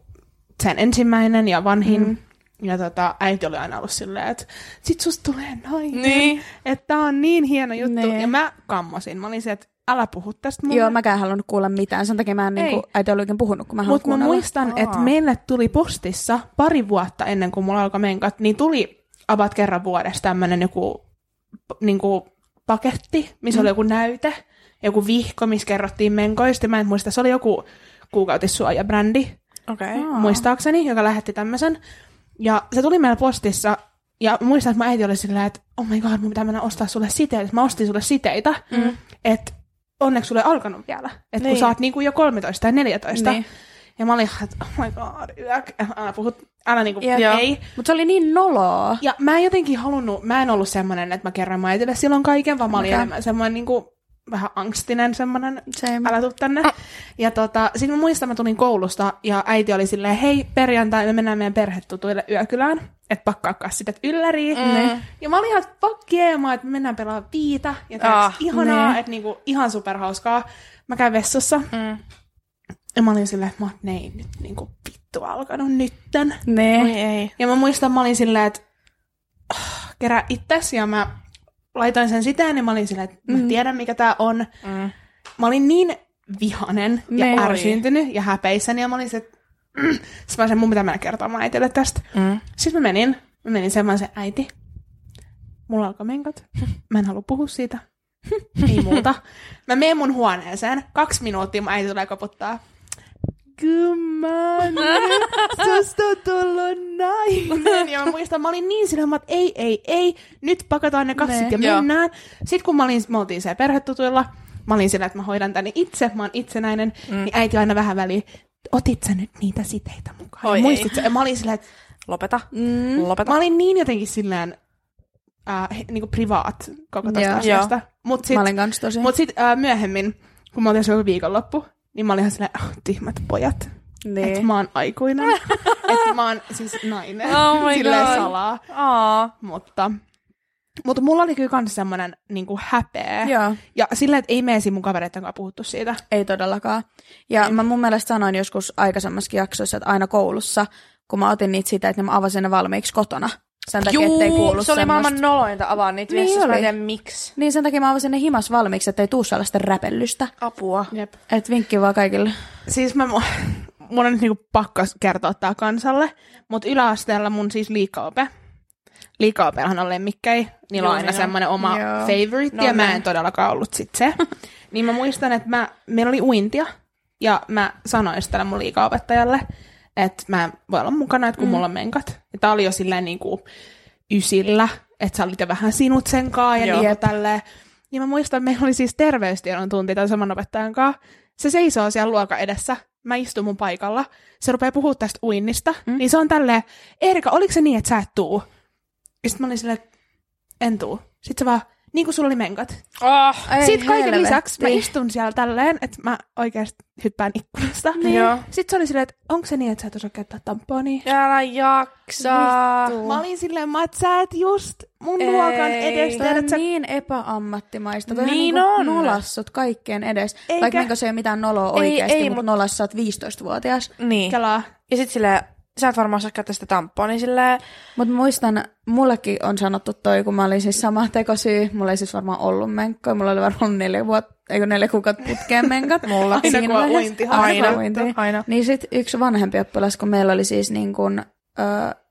[SPEAKER 2] sen ensimmäinen ja vanhin. Mm. Ja tota, äiti oli aina ollut silleen, että sit susta tulee nainen.
[SPEAKER 3] Niin.
[SPEAKER 2] Että tää on niin hieno juttu.
[SPEAKER 1] Niin.
[SPEAKER 2] Niin. Ja mä kammosin. Mä olin se, että älä puhu tästä mulle.
[SPEAKER 1] Joo, mäkään en halunnut kuulla mitään. Sen takia mä en niinku, äiti ollut oikein puhunut, kun mä haluan
[SPEAKER 2] Mutta mä
[SPEAKER 1] kuunnella.
[SPEAKER 2] muistan,
[SPEAKER 3] Aa.
[SPEAKER 2] että meille tuli postissa pari vuotta ennen kuin mulla alkoi menkat, niin tuli abat kerran vuodessa tämmöinen joku niin kuin paketti, missä mm. oli joku näyte, joku vihko, missä kerrottiin menkoista. Mä en muista, se oli joku kuukautissuojabrändi,
[SPEAKER 3] Okei. Okay.
[SPEAKER 1] Aa.
[SPEAKER 2] muistaakseni, joka lähetti tämmöisen. Ja se tuli meillä postissa, ja muistan, että mä äiti oli sillä, että oh my god, mun pitää mennä ostaa sulle siteitä. Mä ostin sulle siteitä, mm. että onneksi sulle ei alkanut vielä. Että niin. kun
[SPEAKER 3] Niin.
[SPEAKER 2] sä oot niinku jo 13 tai 14.
[SPEAKER 1] Niin.
[SPEAKER 2] Niin. Ja mä olin ihan, että oh my god, yök, älä puhut, älä niinku,
[SPEAKER 1] Jep.
[SPEAKER 2] yep. ei.
[SPEAKER 1] Mutta se oli niin noloa.
[SPEAKER 2] Ja mä en jotenkin halunnut, mä en ollut semmoinen, että mä kerran mä äitille silloin kaiken, vaan mä olin
[SPEAKER 1] Okei.
[SPEAKER 2] enemmän semmoinen niinku, vähän angstinen semmoinen,
[SPEAKER 1] Same.
[SPEAKER 2] älä tuu tänne. Ja tota, sit mä muistan, mä tulin koulusta ja äiti oli silleen, hei perjantai, me mennään meidän perhetutuille yökylään, että pakkaa kassitet ylläriin.
[SPEAKER 3] Mm.
[SPEAKER 2] Ja mä olin ihan, että fuck yeah, mä, että me mennään pelaamaan viitä, ja tää on
[SPEAKER 3] Ah,
[SPEAKER 2] ihanaa,
[SPEAKER 1] niin.
[SPEAKER 2] että niinku, ihan superhauskaa. Mä käyn vessassa,
[SPEAKER 3] Mm.
[SPEAKER 2] ja mä olin silleen, että mä oon, ne ei nyt niinku vittu alkanut nytten.
[SPEAKER 3] Oi
[SPEAKER 1] Niin.
[SPEAKER 3] ei.
[SPEAKER 2] Ja mä muistan, mä olin silleen, että oh, kerää itses, ja mä laitoin sen sitään, niin mä olin silleen, että mä
[SPEAKER 1] Mm.
[SPEAKER 2] tiedän mikä tää on.
[SPEAKER 3] Mm.
[SPEAKER 2] Mä olin niin vihanen ja
[SPEAKER 1] Niin.
[SPEAKER 2] ärsyntynyt ja häpeissäni, ja mä olin se, että Sitten mä sen, mun pitää mennä kertomaan äitille tästä.
[SPEAKER 3] Mm.
[SPEAKER 2] Sitten mä menin, mä menin semmoisen äiti. Mulla alkoi menkot. Mä en halua puhua siitä. Ei muuta. Mä menen mun huoneeseen. Kaksi minuuttia mun äiti tulee koputtaa. Kymmen, tästä tulla nainen. Ja mä muistan, mä olin niin sillä, että ei, ei, ei, nyt pakataan ne kassit
[SPEAKER 1] Ne,
[SPEAKER 2] ja
[SPEAKER 3] joo.
[SPEAKER 2] mennään. Sitten kun mä olin, me oltiin siellä perhetutuilla, mä olin sillä, että mä hoidan tänne itse, mä oon itsenäinen, mm. niin äiti aina vähän väliin, otit sä nyt niitä siteitä mukaan?
[SPEAKER 3] Oi
[SPEAKER 2] Oi,
[SPEAKER 3] ei.
[SPEAKER 2] muistit sä? Ja mä olin sillä, että
[SPEAKER 3] Lopeta.
[SPEAKER 1] Mm.
[SPEAKER 3] Lopeta.
[SPEAKER 2] Mä olin niin jotenkin silleen äh, niinku privaat koko tästä
[SPEAKER 1] Joo.
[SPEAKER 2] asiasta. Mut sit,
[SPEAKER 1] Mä olin kans tosi.
[SPEAKER 2] mut sit äh, myöhemmin, kun mä olin joku viikonloppu, niin mä olin ihan silleen, oh, tihmät pojat.
[SPEAKER 1] niin.
[SPEAKER 2] Että mä oon aikuinen. että mä oon siis nainen.
[SPEAKER 3] Oh my
[SPEAKER 2] silleen
[SPEAKER 3] God.
[SPEAKER 2] salaa.
[SPEAKER 3] Aa.
[SPEAKER 2] Mutta, mutta mulla oli kyllä kans semmonen niinku häpeä.
[SPEAKER 1] Joo.
[SPEAKER 2] Ja silleen, että ei me esim mun kavereiden kanssa puhuttu siitä.
[SPEAKER 1] Ei todellakaan. Ja mä mun mielestä sanoin joskus aikaisemmassakin jaksossa, että aina koulussa, kun mä otin niitä sitä, että niin mä avasin ne valmiiksi kotona. Sen takia, Juu, ettei kuulu
[SPEAKER 3] se oli
[SPEAKER 1] semmoista-
[SPEAKER 3] maailman nolointa avaa niitä
[SPEAKER 1] Niin
[SPEAKER 3] viestissä. Mä en
[SPEAKER 1] oli.
[SPEAKER 3] tiedä miksi.
[SPEAKER 1] Niin sen takia mä avasin ne himas valmiiksi, ettei tuu sellaista räpellystä.
[SPEAKER 3] Apua.
[SPEAKER 2] Jep.
[SPEAKER 1] Et vinkki vaan kaikille.
[SPEAKER 2] Siis mä, mu- mun on nyt niinku pakko kertoa tää kansalle, mutta yläasteella mun siis liikaope. Liikaopellahan on lemmikkei. Niillä
[SPEAKER 3] Joo,
[SPEAKER 2] on aina
[SPEAKER 3] niillä on.
[SPEAKER 2] semmoinen oma
[SPEAKER 1] Joo.
[SPEAKER 2] favorite,
[SPEAKER 3] No
[SPEAKER 2] no, ja mä
[SPEAKER 3] niin.
[SPEAKER 2] en todellakaan ollut sit se. niin mä muistan, että mä, meillä oli uintia, ja mä sanoin sitä tälle mun liikaopettajalle, että mä en voi olla mukana, että kun mm. mulla on menkat. Ja tää oli jo silleen niinku ysillä, että sä olit jo vähän sinut senkaan ja
[SPEAKER 3] Joo.
[SPEAKER 2] niin tälleen. Ja mä muistan, meillä oli siis terveystiedon tunti tämän saman opettajan kanssa. Se seisoo siellä luokan edessä. Mä istun mun paikalla. Se rupeaa puhua tästä uinnista. Mm. Niin se on tälleen, Erika, oliko se niin, että sä et tuu? Ja sit mä olin silleen, en tuu. Sit se vaan, niin kuin sulla oli menkat.
[SPEAKER 3] Oh.
[SPEAKER 1] Ei
[SPEAKER 2] Sitten kaiken
[SPEAKER 1] helvetti.
[SPEAKER 2] lisäksi mä istun siellä tälleen, että mä oikeasti hyppään ikkunasta.
[SPEAKER 3] Niin. Joo.
[SPEAKER 2] Sitten se oli silleen, että onko se niin, että sä et osaa käyttää tamponia?
[SPEAKER 3] Älä jaksa.
[SPEAKER 1] Vittu.
[SPEAKER 2] Mä olin silleen, mä, että sä et just mun
[SPEAKER 3] Ei.
[SPEAKER 2] luokan edestä.
[SPEAKER 1] Toi on
[SPEAKER 2] että sä
[SPEAKER 1] niin epäammattimaista. Toi
[SPEAKER 3] Niin
[SPEAKER 1] on, niinku
[SPEAKER 3] on.
[SPEAKER 1] nolassut kaikkien edes.
[SPEAKER 2] Eikä-
[SPEAKER 1] Eikä. Vaikka minkä se ei ole mitään noloa
[SPEAKER 3] Ei,
[SPEAKER 1] oikeasti,
[SPEAKER 3] ei,
[SPEAKER 1] mutta
[SPEAKER 3] mut-
[SPEAKER 1] mut... nolassa sä oot 15-vuotias.
[SPEAKER 3] Niin.
[SPEAKER 2] kelaa.
[SPEAKER 3] Ja sit silleen, sä et varmaan osaa käyttää sitä tamppua, niin silleen,
[SPEAKER 1] Mutta muistan, mullekin on sanottu toi, kun mä olin siis sama tekosyy. Mulla ei siis varmaan ollut menkkoja. Mulla oli varmaan neljä, vuotta, eikö neljä kuukautta putkeen menkat. Mulla.
[SPEAKER 2] Aina, kun on uinti.
[SPEAKER 1] Aina,
[SPEAKER 2] Aina.
[SPEAKER 1] aina uinti.
[SPEAKER 3] Aina.
[SPEAKER 1] Niin sit yksi vanhempi oppilas, kun meillä oli siis niin kun, ö,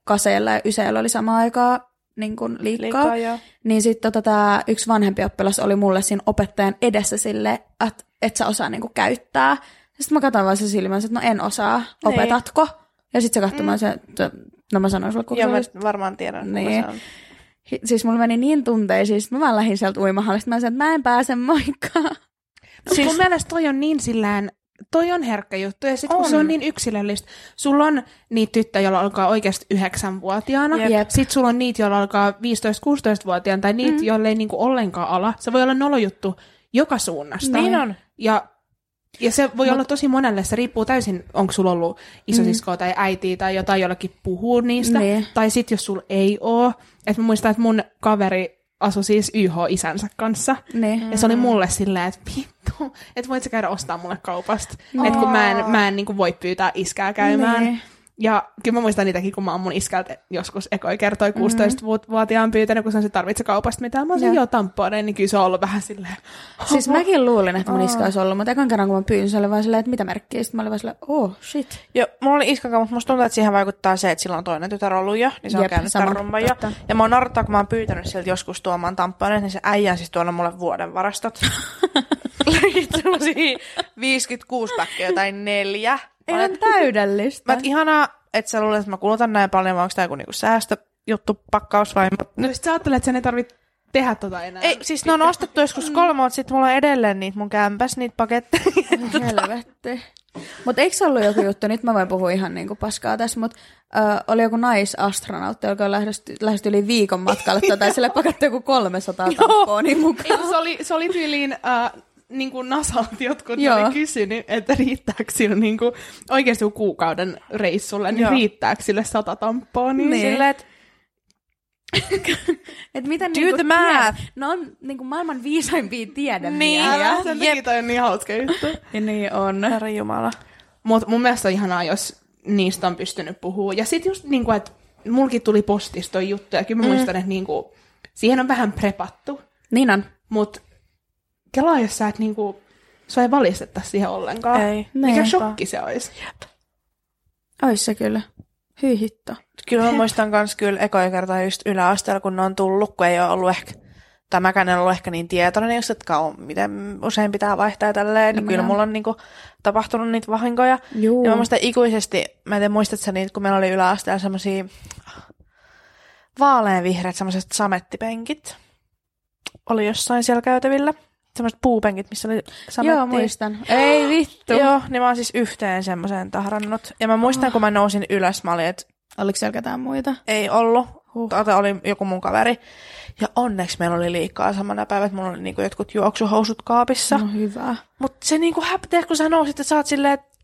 [SPEAKER 1] kaseella ja yseellä oli samaan aikaan niin kun liikkaa.
[SPEAKER 3] liikaa joo.
[SPEAKER 1] Niin sitten tota, tää yksi vanhempi oppilas oli mulle siinä opettajan edessä sille, että et sä osaa niinku käyttää. Sitten mä katsoin vaan se silmänsä, että no en osaa,
[SPEAKER 3] Niin.
[SPEAKER 1] opetatko? Ja sitten se katsomaan mm. se, että no mä sanoin sulle, kun
[SPEAKER 3] Joo,
[SPEAKER 1] se
[SPEAKER 3] mä
[SPEAKER 1] olisi.
[SPEAKER 3] varmaan tiedän. kun mä
[SPEAKER 1] Niin.
[SPEAKER 3] sanon.
[SPEAKER 1] Hi- Siis mulla meni niin tunteisiin, sit mä vaan lähdin sieltä uimahallista, mä sanoin, että mä en pääse, moikka.
[SPEAKER 2] Siis...
[SPEAKER 3] Siis-
[SPEAKER 2] Mun mielestä toi on niin sillään, toi on herkkä juttu, ja sit kun
[SPEAKER 3] On.
[SPEAKER 2] se on niin yksilöllistä, sulla on niitä tyttöjä, joilla alkaa oikeasti yhdeksänvuotiaana,
[SPEAKER 3] Jep.
[SPEAKER 1] Jep.
[SPEAKER 2] sit sulla on niitä, joilla alkaa 15-16-vuotiaana, tai niitä, mm.
[SPEAKER 3] Mhm.
[SPEAKER 2] joille ei niinku ollenkaan ala. Se voi olla nolojuttu joka suunnasta.
[SPEAKER 3] Niin on.
[SPEAKER 2] Ja, ja se voi Mut... olla tosi monelle, se riippuu täysin, onko sulla ollut isosiskoa
[SPEAKER 3] Mhm.
[SPEAKER 2] mm. tai äitiä tai jotain, jollakin puhuu niistä.
[SPEAKER 1] Niin.
[SPEAKER 2] Tai sit jos sulla ei oo. Että mä muistan, että mun kaveri asui siis YH-isänsä kanssa.
[SPEAKER 1] Niin.
[SPEAKER 2] Ja se oli mulle silleen, että vittu, että voit sä käydä ostaa mulle kaupasta.
[SPEAKER 1] Niin.
[SPEAKER 2] Että kun mä en, mä en niin voi pyytää iskää käymään.
[SPEAKER 1] Niin.
[SPEAKER 2] Ja kyllä mä muistan niitäkin, kun mä oon mun iskältä joskus ekoi kertoi 16-vuotiaan pyytänyt, kun se se tarvitse kaupasta mitään. Mä oon
[SPEAKER 1] Joo.
[SPEAKER 2] joo tampone, niin kyllä se on ollut vähän silleen.
[SPEAKER 1] Siis mäkin luulin, että mun iska olisi ollut, mutta ekan kerran kun mä pyysin, se oli vaan silleen, että mitä merkkiä. Sitten mä olin vaan silleen, oh shit.
[SPEAKER 3] Joo, mulla oli iskakaan, mutta musta tuntuu, että siihen vaikuttaa se, että sillä on toinen tytär ollut jo, niin se on
[SPEAKER 1] Jep,
[SPEAKER 3] käynyt
[SPEAKER 1] sama.
[SPEAKER 3] tämän rumman jo.
[SPEAKER 1] Totta.
[SPEAKER 3] Ja mä oon narttaa, kun mä oon pyytänyt sieltä joskus tuomaan tamppaneet, niin se äijä on siis tuonut mulle vuoden varastot. Lähit sellaisia 56 päkkiä tai neljä. Mä
[SPEAKER 1] Ihan
[SPEAKER 3] oon,
[SPEAKER 1] täydellistä.
[SPEAKER 3] mä oon, ihanaa, että sä luulet, että mä kulutan näin paljon, vai onko tää joku niinku säästöjuttu, pakkaus vai...
[SPEAKER 2] No sit sä ajattelet, että sen ei tarvitse tehdä tota enää.
[SPEAKER 3] Ei, siis ne on ostettu joskus kolme, mutta sitten mulla on edelleen niitä mun kämpäs, niitä paketteja.
[SPEAKER 1] Helvetti. Mutta eikö se ollut joku juttu, nyt mä voin puhua ihan niinku paskaa tässä, mutta ö, oli joku naisastronautti, joka lähestyi lähesty yli viikon matkalle tätä, ja sille pakattiin joku 300 tampooni mukaan.
[SPEAKER 2] Ei, kun se oli, se oli tyyliin... Äh, niin kuin Nasalta jotkut
[SPEAKER 1] Joo.
[SPEAKER 2] oli kysynyt, että riittääkö sillä niin kuin, oikeasti joku kuukauden reissulle, niin
[SPEAKER 3] Joo.
[SPEAKER 2] joo. riittääkö sille sata tamppoonia?
[SPEAKER 1] Niin.
[SPEAKER 3] Silleen, että
[SPEAKER 1] Et miten
[SPEAKER 3] Do
[SPEAKER 1] niinku
[SPEAKER 3] the math.
[SPEAKER 1] Tied- ne on niinku maailman viisaimpia
[SPEAKER 3] Niin.
[SPEAKER 1] tiedemiehiä.
[SPEAKER 2] Älä,
[SPEAKER 3] Älä,
[SPEAKER 2] sen
[SPEAKER 3] jep.
[SPEAKER 2] takia toi on niin hauska juttu.
[SPEAKER 1] Niin. niin on.
[SPEAKER 3] herra jumala.
[SPEAKER 2] Mutta mun mielestä on ihanaa, jos niistä on pystynyt puhua. Ja sitten just niin kuin, että mulki tuli postista toi juttu, ja kyllä mä mm. muistan, että niin kuin, siihen on vähän prepattu.
[SPEAKER 1] Niin on.
[SPEAKER 2] Mutta kelaa, jos sä et niin
[SPEAKER 1] Niin.
[SPEAKER 2] kuin, sua ei valistettaisi siihen ollenkaan.
[SPEAKER 3] Ei.
[SPEAKER 2] Mikä
[SPEAKER 1] Niinpä.
[SPEAKER 2] shokki se olisi?
[SPEAKER 1] Ois se kyllä. Hyi hitto.
[SPEAKER 3] Kyllä mä muistan kans kyllä ekoja kertaa just yläasteella, kun ne on tullut, kun ei ole ollut ehkä, tai mäkään en ollut ehkä niin tietoinen just, että on, miten usein pitää vaihtaa ja tälleen, niin
[SPEAKER 1] Kyllä
[SPEAKER 3] kyllä
[SPEAKER 1] mä-
[SPEAKER 3] mulla on niinku tapahtunut niitä vahinkoja.
[SPEAKER 1] Juu.
[SPEAKER 3] Ja mä muistan ikuisesti, mä en tiedä muistatko sä niitä, kun meillä oli yläasteella semmosia vaaleanvihreät semmoiset samettipenkit. Oli jossain siellä käytävillä. Semmoiset puupenkit, missä oli sametti.
[SPEAKER 1] Joo, muistan. Ei vittu.
[SPEAKER 3] Joo, niin mä oon siis yhteen semmoiseen tahrannut. Ja mä
[SPEAKER 1] Ah.
[SPEAKER 3] muistan, kun mä nousin ylös, mä olin, että
[SPEAKER 1] Oliko siellä ketään muita?
[SPEAKER 3] ei ollut. Huh. Tata oli joku mun kaveri. Ja onneksi meillä oli liikaa samana päivänä, että mulla oli niinku jotkut juoksuhousut kaapissa.
[SPEAKER 1] No hyvä.
[SPEAKER 3] Mutta se niinku häpeä, kun sä nousit, että sä oot silleen, että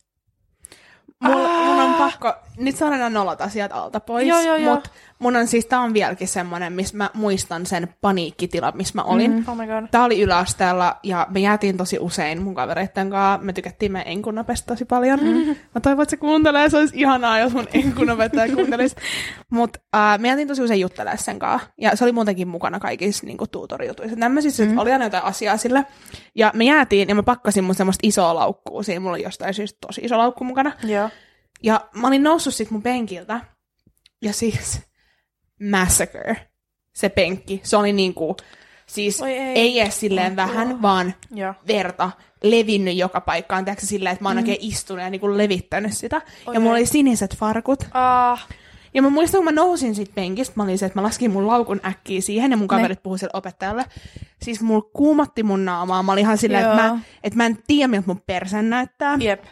[SPEAKER 2] Mulla, mun on
[SPEAKER 3] Aa.
[SPEAKER 2] pakko, nyt saadaan nämä nolat asiat alta pois,
[SPEAKER 3] Joo, joo, joo.
[SPEAKER 2] mut mun on siis, tää on vieläkin semmonen, missä mä muistan sen paniikkitila, missä mä olin. Mm-hmm.
[SPEAKER 3] oh my god.
[SPEAKER 2] Tää oli yläasteella ja me jäätiin tosi usein mun kavereitten kanssa. Me tykättiin meidän enkunopesta tosi paljon. Mm-hmm. Mä toivon, että se kuuntelee. Se olisi ihanaa, jos mun enkunopettaja kuuntelisi. Mutta äh, me jäätiin tosi usein juttelemaan sen kanssa. Ja se oli muutenkin mukana kaikissa niin tuutorijutuissa. Tämmöisissä mm-hmm. oli aina jotain asiaa sillä. Ja me jäätiin ja mä pakkasin mun semmoista isoa laukkua. Siinä mulla oli jostain syystä tosi iso laukku mukana.
[SPEAKER 3] Joo.
[SPEAKER 2] Ja mä olin noussut sit mun penkiltä. Ja siis massacre. Se penkki. Se oli niinku, siis
[SPEAKER 3] Oi
[SPEAKER 2] ei.
[SPEAKER 3] ei.
[SPEAKER 2] ei edes silleen vähän, vaan
[SPEAKER 3] Joo.
[SPEAKER 2] verta levinnyt joka paikkaan. Tiedätkö silleen, että mä oon mm. oikein istunut ja niinku levittänyt sitä. Oi
[SPEAKER 3] Oi
[SPEAKER 2] ja mulla
[SPEAKER 3] ei.
[SPEAKER 2] oli siniset farkut.
[SPEAKER 3] Ah,
[SPEAKER 2] Ja mä muistan, kun mä nousin sit penkistä, mä olin se, että mä laskin mun laukun äkkiä siihen ja mun kaverit puhui sille opettajalle. Siis mulla kuumatti mun naamaa. Mä olin ihan silleen, että
[SPEAKER 1] Joo.
[SPEAKER 2] mä, että mä en tiedä, miltä mun perse näyttää
[SPEAKER 3] jep.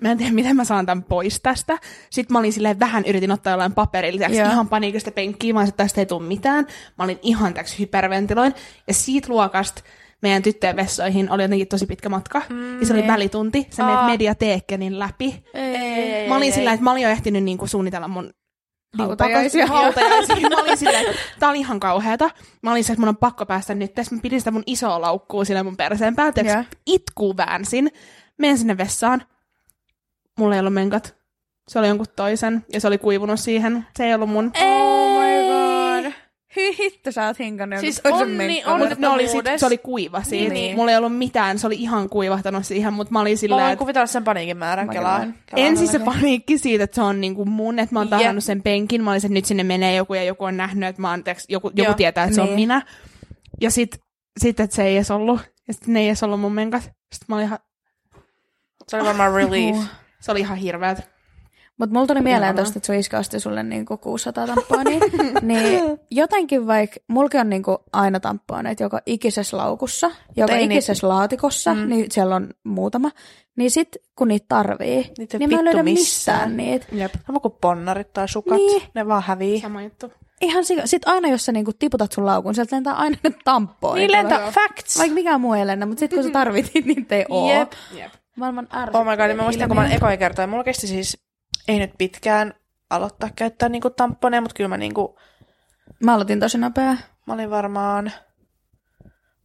[SPEAKER 2] mä en tiedä, miten mä saan tämän pois tästä. Sitten mä olin silleen vähän, yritin ottaa jollain paperilla, tästä
[SPEAKER 1] Joo.
[SPEAKER 2] ihan paniikista penkkiä, mä olin, että tästä ei tule mitään. Mä olin ihan täksi hyperventiloin. Ja siitä luokasta meidän tyttöjen vessoihin oli jotenkin tosi pitkä matka. Mm, ja se oli
[SPEAKER 1] niin.
[SPEAKER 2] välitunti, sä menet
[SPEAKER 3] Aa.
[SPEAKER 2] mediateekkenin läpi.
[SPEAKER 1] Ei.
[SPEAKER 2] Mä olin sillä, että mä olin jo ehtinyt niinku suunnitella mun
[SPEAKER 3] Niin
[SPEAKER 2] niinku
[SPEAKER 1] Hautajaisia.
[SPEAKER 2] takaisin- hautajaisia. Mä olin sillä, että tää oli ihan kauheata. Mä olin sillä, että mun on pakko päästä nyt. Tässä mä pidin sitä mun isoa laukkuu sillä mun perseen päältä.
[SPEAKER 1] Joo.
[SPEAKER 2] Yeah. Itkuu väänsin. Menen sinne vessaan. Mulla ei ollut menkat. Se oli jonkun toisen ja se oli kuivunut siihen. Se ei ollut mun.
[SPEAKER 3] Oh my god.
[SPEAKER 1] Hyi hitto, sä oot hinkannut
[SPEAKER 3] Siis
[SPEAKER 1] jonkun toisen
[SPEAKER 3] onni-
[SPEAKER 1] menkkaan.
[SPEAKER 3] onni-
[SPEAKER 2] Mut ne oli sit,
[SPEAKER 3] onnettomuudessa.
[SPEAKER 2] se oli kuiva siitä.
[SPEAKER 3] Niin, niin.
[SPEAKER 2] Niin. Mulla ei ollut mitään. Se oli ihan kuivahtanut siihen, mutta mä olin
[SPEAKER 3] Mä
[SPEAKER 2] silleen,
[SPEAKER 3] voin
[SPEAKER 2] että
[SPEAKER 3] kuvitella sen paniikin määrän
[SPEAKER 1] Mä
[SPEAKER 3] kelaan.
[SPEAKER 1] kelaan.
[SPEAKER 3] kelaan.
[SPEAKER 2] ensin siis se paniikki siitä, että se on niinku mun, että mä oon
[SPEAKER 3] Jep.
[SPEAKER 2] tahrannut sen penkin. Mä olin, se, että nyt sinne menee joku ja joku on nähnyt, että mä oon, tiiäks, joku, joku
[SPEAKER 3] Joo.
[SPEAKER 2] tietää, että se on
[SPEAKER 1] Niin.
[SPEAKER 2] minä. Ja sit, sit että se ei edes ollut. Ja sit ne ei edes ollut mun menkat. Sitten mä olin ihan,
[SPEAKER 3] Se oli varmaan relief.
[SPEAKER 2] se oli ihan hirveet.
[SPEAKER 1] Mutta mulla tuli mieleen
[SPEAKER 2] varmaan.
[SPEAKER 1] tosta, että sun iskä osti sulle niinku 600 tamponia. niin jotenkin vaikka, mulki on niinku aina tamponeet joka ikisessä laukussa, joka
[SPEAKER 3] ei
[SPEAKER 1] ei
[SPEAKER 3] niitä-
[SPEAKER 1] ikisessä laatikossa,
[SPEAKER 3] niin. Mm.
[SPEAKER 1] mm. niin siellä on muutama. Niin sit kun niitä tarvii,
[SPEAKER 3] Niitä ei
[SPEAKER 1] niin mä en
[SPEAKER 3] vittu
[SPEAKER 1] löydä
[SPEAKER 3] missään.
[SPEAKER 1] missään niitä.
[SPEAKER 2] Jep.
[SPEAKER 3] Sama kuin ponnarit tai sukat.
[SPEAKER 1] Niin.
[SPEAKER 3] Ne vaan hävii.
[SPEAKER 2] Sama juttu.
[SPEAKER 1] Ihan sika. Sit aina jos sä niinku tiputat sun laukun, sieltä lentää aina ne tamponit.
[SPEAKER 3] Niin lentää. Facts.
[SPEAKER 1] Vaikka mikään muu ei lennä, mutta sit kun sä tarvit, niitä, niitä ei oo.
[SPEAKER 3] Jep.
[SPEAKER 2] Jep.
[SPEAKER 1] Maailman
[SPEAKER 3] Oh my god, mä muistan, kun mä oon
[SPEAKER 1] ilmiö.
[SPEAKER 3] ekoja kertoja. Mulla kesti siis, ei nyt pitkään aloittaa käyttää niinku tamponeja, mutta kyllä mä niinku,
[SPEAKER 1] Mä aloitin tosi nopea.
[SPEAKER 3] mä olin varmaan,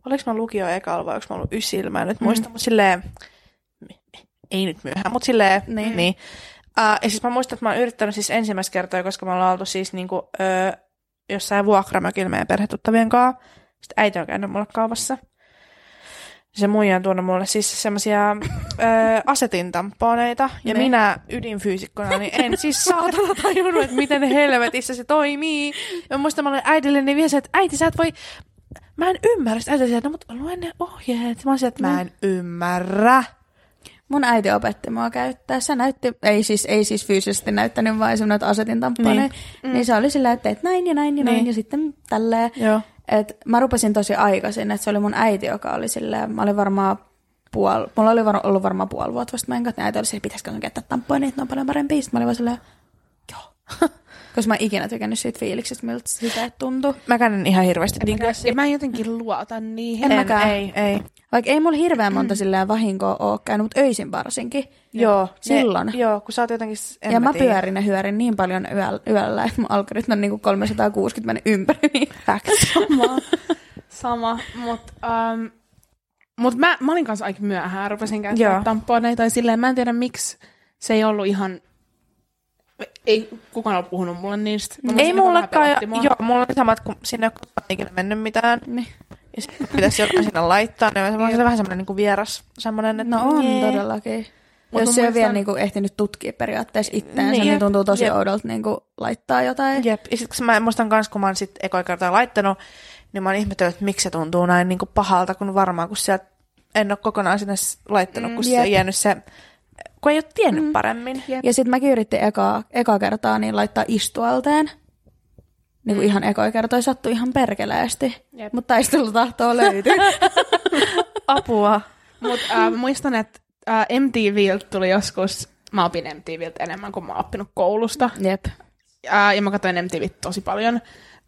[SPEAKER 3] oliks mä lukio ekalla vai onks mä ollut ysillä, mä en nyt muista, mutta silleen, ei nyt myöhään, mutta silleen,
[SPEAKER 1] Niin.
[SPEAKER 3] niin. niin. Uh, ja siis mä muistan, että mä oon yrittänyt siis ensimmäistä kertaa, koska me ollaan oltu siis niinku, ö, jossain vuokramökillä meidän perhetuttavien kanssa. Sitten äiti on käynyt mulle kaupassa. Se muija on tuonut mulle siis semmoisia asetintamponeita. Ja
[SPEAKER 1] Ne.
[SPEAKER 3] ne. minä ydinfyysikkona, niin en siis saatana tajunnut, että miten helvetissä se toimii. Mä muistan, mä olin äidilleni viesti, että äiti sä et voi... Mä en ymmärrä. Sitten äiti sanoi, että no mut luen ne ohjeet. Mä olisin, että mä en ymmärrä.
[SPEAKER 1] Mun äiti opetti mua käyttää. Se näytti, ei siis, ei siis fyysisesti näyttänyt, vaan semmoinen, että asetin tamponeen. Niin. Mm. niin se oli sillä, että teet näin ja näin ja näin
[SPEAKER 3] Niin.
[SPEAKER 1] ja sitten tälleen.
[SPEAKER 3] Joo.
[SPEAKER 1] Et mä rupesin tosi aikaisin, että se oli mun äiti, joka oli sillä, mä olin varmaan puol, mulla oli var, ollut varmaan puoli vuotta vasta menkät, niin äiti oli sillä, pitäisikö sun käyttää tamponeet, että ne on paljon parempi. Sitten mä olin vaan silleen, joo. Koska mä en ikinä tykännyt siitä fiiliksestä, miltä sitä tuntui.
[SPEAKER 3] Mäkään en ihan hirveästi
[SPEAKER 2] Ja,
[SPEAKER 3] tinkää
[SPEAKER 2] ja mä en jotenkin luota niihin.
[SPEAKER 1] En
[SPEAKER 3] En,
[SPEAKER 1] mäkään.
[SPEAKER 3] ei, ei.
[SPEAKER 1] Vaikka ei mulla hirveän monta silleen vahinkoa ole käynyt, mutta öisin varsinkin.
[SPEAKER 3] Mm. Joo. ne-
[SPEAKER 1] Silloin.
[SPEAKER 3] joo, kun sä oot jotenkin... s- En
[SPEAKER 1] ja mä
[SPEAKER 3] tiedä.
[SPEAKER 1] pyörin ja hyörin niin paljon yöllä, yöllä että mun algoritmi on niinku 360 meni ympäri. Niin facts.
[SPEAKER 2] Sama. Sama. Mutta um, mut mä, mä olin kanssa aika myöhään. Rupesin
[SPEAKER 3] Joo.
[SPEAKER 2] käyttämään tamponeita. Tai silleen, mä en tiedä miksi se ei ollut ihan... Ei kukaan ole puhunut mulle niistä. Mä
[SPEAKER 3] Ei
[SPEAKER 2] muistan, että
[SPEAKER 3] mullakaan.
[SPEAKER 2] vähän pelotti mua.
[SPEAKER 3] Joo, mulla oli samat, kun sinne ei ole koskaan ikinä mennyt mitään.
[SPEAKER 1] niin.
[SPEAKER 3] Ja sitten pitäisi jotain sinne laittaa. Niin mä- se oli vähän semmoinen niin vieras. Semmoinen, niinku että
[SPEAKER 1] No on
[SPEAKER 3] jee.
[SPEAKER 1] todellakin. Mut jos
[SPEAKER 3] mä
[SPEAKER 1] se on vielä
[SPEAKER 3] muistan-
[SPEAKER 1] niinku ehtinyt tutkia periaatteessa itteensä,
[SPEAKER 3] Niin,
[SPEAKER 1] niin,
[SPEAKER 3] jep,
[SPEAKER 1] niin tuntuu tosi
[SPEAKER 3] jep.
[SPEAKER 1] oudolta niinku laittaa jotain.
[SPEAKER 3] Jep, ja sitten mä muistan kans, kun mä oon sit ekoi kertaa laittanut, niin mä oon ihmetellyt, että miksi se tuntuu näin niin pahalta, kun varmaan kun sieltä en ole kokonaan sinne s- laittanut, kun se
[SPEAKER 1] Mm, jep. Mm.
[SPEAKER 3] on jäänyt se, kun ei ole tiennyt paremmin.
[SPEAKER 2] Jep.
[SPEAKER 1] Ja sitten mäkin yritin eka, eka kertaa niin laittaa istualteen. Niin
[SPEAKER 3] Mm.
[SPEAKER 1] kuin ihan ekoi kertoi sattui ihan perkeleesti.
[SPEAKER 2] Jep.
[SPEAKER 1] Mutta taistelutahtoa löytyy.
[SPEAKER 3] Apua.
[SPEAKER 2] Mutta äh, muistan, että äh, MTVltä tuli joskus, mä opin MTVltä enemmän kuin mä oon oppinut koulusta.
[SPEAKER 1] Jep.
[SPEAKER 2] Äh, ja mä katsoin MTVt tosi paljon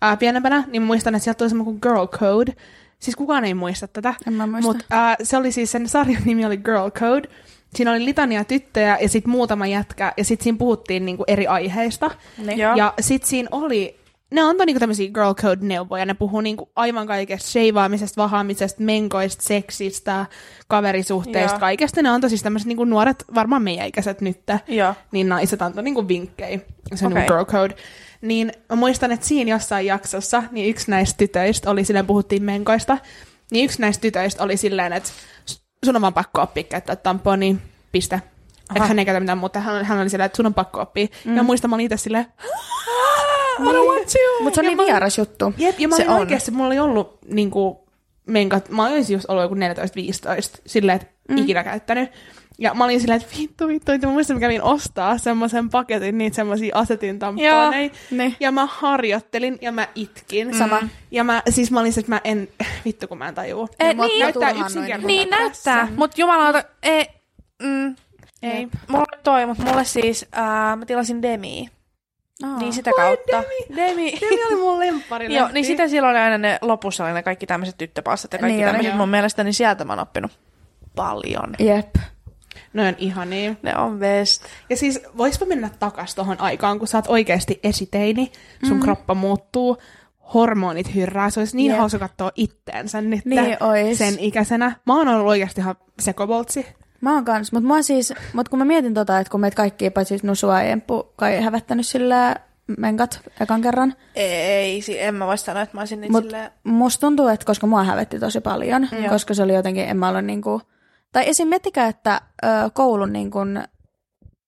[SPEAKER 2] äh, pienempänä, niin muistan, että sieltä tuli semmoinen kuin Girl Code. Siis kukaan ei muista tätä.
[SPEAKER 1] En mä muista.
[SPEAKER 2] Mut, äh, se oli siis, sen sarjan nimi oli Girl Code. Siinä oli litania tyttöjä ja sitten muutama jätkä, ja sitten siinä puhuttiin niinku eri aiheista.
[SPEAKER 1] Niin.
[SPEAKER 3] Joo.
[SPEAKER 2] Ja sitten siinä oli, ne antoi niinku tämmöisiä girl code-neuvoja, ne puhuu niinku aivan kaikesta sheivaamisesta, vahaamisesta, menkoista, seksistä, kaverisuhteista,
[SPEAKER 3] Joo.
[SPEAKER 2] kaikesta. Ne antoi siis tämmöiset niinku nuoret, varmaan meidän ikäiset nyt,
[SPEAKER 3] Joo.
[SPEAKER 2] niin naiset antoi niinku vinkkejä, se on
[SPEAKER 3] Okei.
[SPEAKER 2] niinku girl code. Niin mä muistan, että siinä jossain jaksossa, niin yksi näistä tytöistä oli silleen, puhuttiin menkoista, niin yksi näistä tytöistä oli silleen, että s- sun on vaan pakko oppia käyttää tamponi, piste. Että
[SPEAKER 3] Aha.
[SPEAKER 2] hän ei käytä mitään muuta, hän, hän oli silleen, että sun on pakko oppia. Mm. Ja muistan, mä olin itse silleen, I don't want to.
[SPEAKER 1] Mutta se on
[SPEAKER 2] Ja
[SPEAKER 1] niin
[SPEAKER 2] mä olin-
[SPEAKER 1] vieras juttu.
[SPEAKER 2] Jep, ja mä
[SPEAKER 3] Se
[SPEAKER 2] olin
[SPEAKER 3] on.
[SPEAKER 2] oikeasti, mulla oli ollut niinku menkat, mä olisin just ollut joku 14-15 silleen, että mm. ikinä käyttänyt. Ja mä olin silleen, että vittu, vittu, vittu. Mä muistan, mä kävin ostaa semmoisen paketin niitä semmoisia asetin tamponeja.
[SPEAKER 1] niin.
[SPEAKER 2] Ja mä harjoittelin ja mä itkin.
[SPEAKER 3] Mm.
[SPEAKER 1] Sama.
[SPEAKER 2] Ja mä, siis mä olin se, että mä en, vittu kun mä en tajua.
[SPEAKER 3] Eh,
[SPEAKER 1] mua
[SPEAKER 3] niin,
[SPEAKER 1] ottaa
[SPEAKER 2] näyttää
[SPEAKER 1] turhaan noin
[SPEAKER 2] yksinkertaiselta.
[SPEAKER 3] Niin näyttää, mutta jumalauta, ei, mm,
[SPEAKER 2] Ei.
[SPEAKER 3] mulla oli toi, mutta mulle siis, ää, mä tilasin Demi,
[SPEAKER 1] Aa.
[SPEAKER 3] niin sitä kautta. Demi.
[SPEAKER 2] Se oli mun lempari
[SPEAKER 3] Joo, niin sitä silloin aina ne lopussa oli ne kaikki tämmöiset tyttöpassat ja kaikki
[SPEAKER 1] Niin
[SPEAKER 3] niin
[SPEAKER 1] oli,
[SPEAKER 3] tämmöiset
[SPEAKER 2] joo.
[SPEAKER 3] mun mielestä, niin sieltä mä oon oppinut paljon.
[SPEAKER 1] Jep.
[SPEAKER 2] No on ihania.
[SPEAKER 3] Ne on best.
[SPEAKER 2] Ja siis voispa mennä takas tuohon aikaan, kun sä oot oikeasti esiteini, sun mm-hmm. kroppa muuttuu, hormonit hyrrää, se olisi niin
[SPEAKER 1] Mhm. Jep.
[SPEAKER 2] yep. hauska katsoa itteensä nyt
[SPEAKER 1] Niin ois.
[SPEAKER 2] sen ikäisenä. Mä oon ollut oikeasti ihan sekoboltsi.
[SPEAKER 1] Mä oon kans, mutta mua siis, mut kun mä mietin tota, että kun meitä kaikki, paitsi Nusua ei Emppu, kai hävättänyt sillä menkat ekan kerran.
[SPEAKER 3] Ei, si- en mä voi sanoa, että mä olisin niin
[SPEAKER 1] Mut
[SPEAKER 3] silleen...
[SPEAKER 1] musta tuntuu, että koska mua hävetti tosi paljon,
[SPEAKER 3] Mm.
[SPEAKER 1] mm. koska se oli jotenkin, en mä ole niinku, tai esim. miettikää, että ö, koulun niinku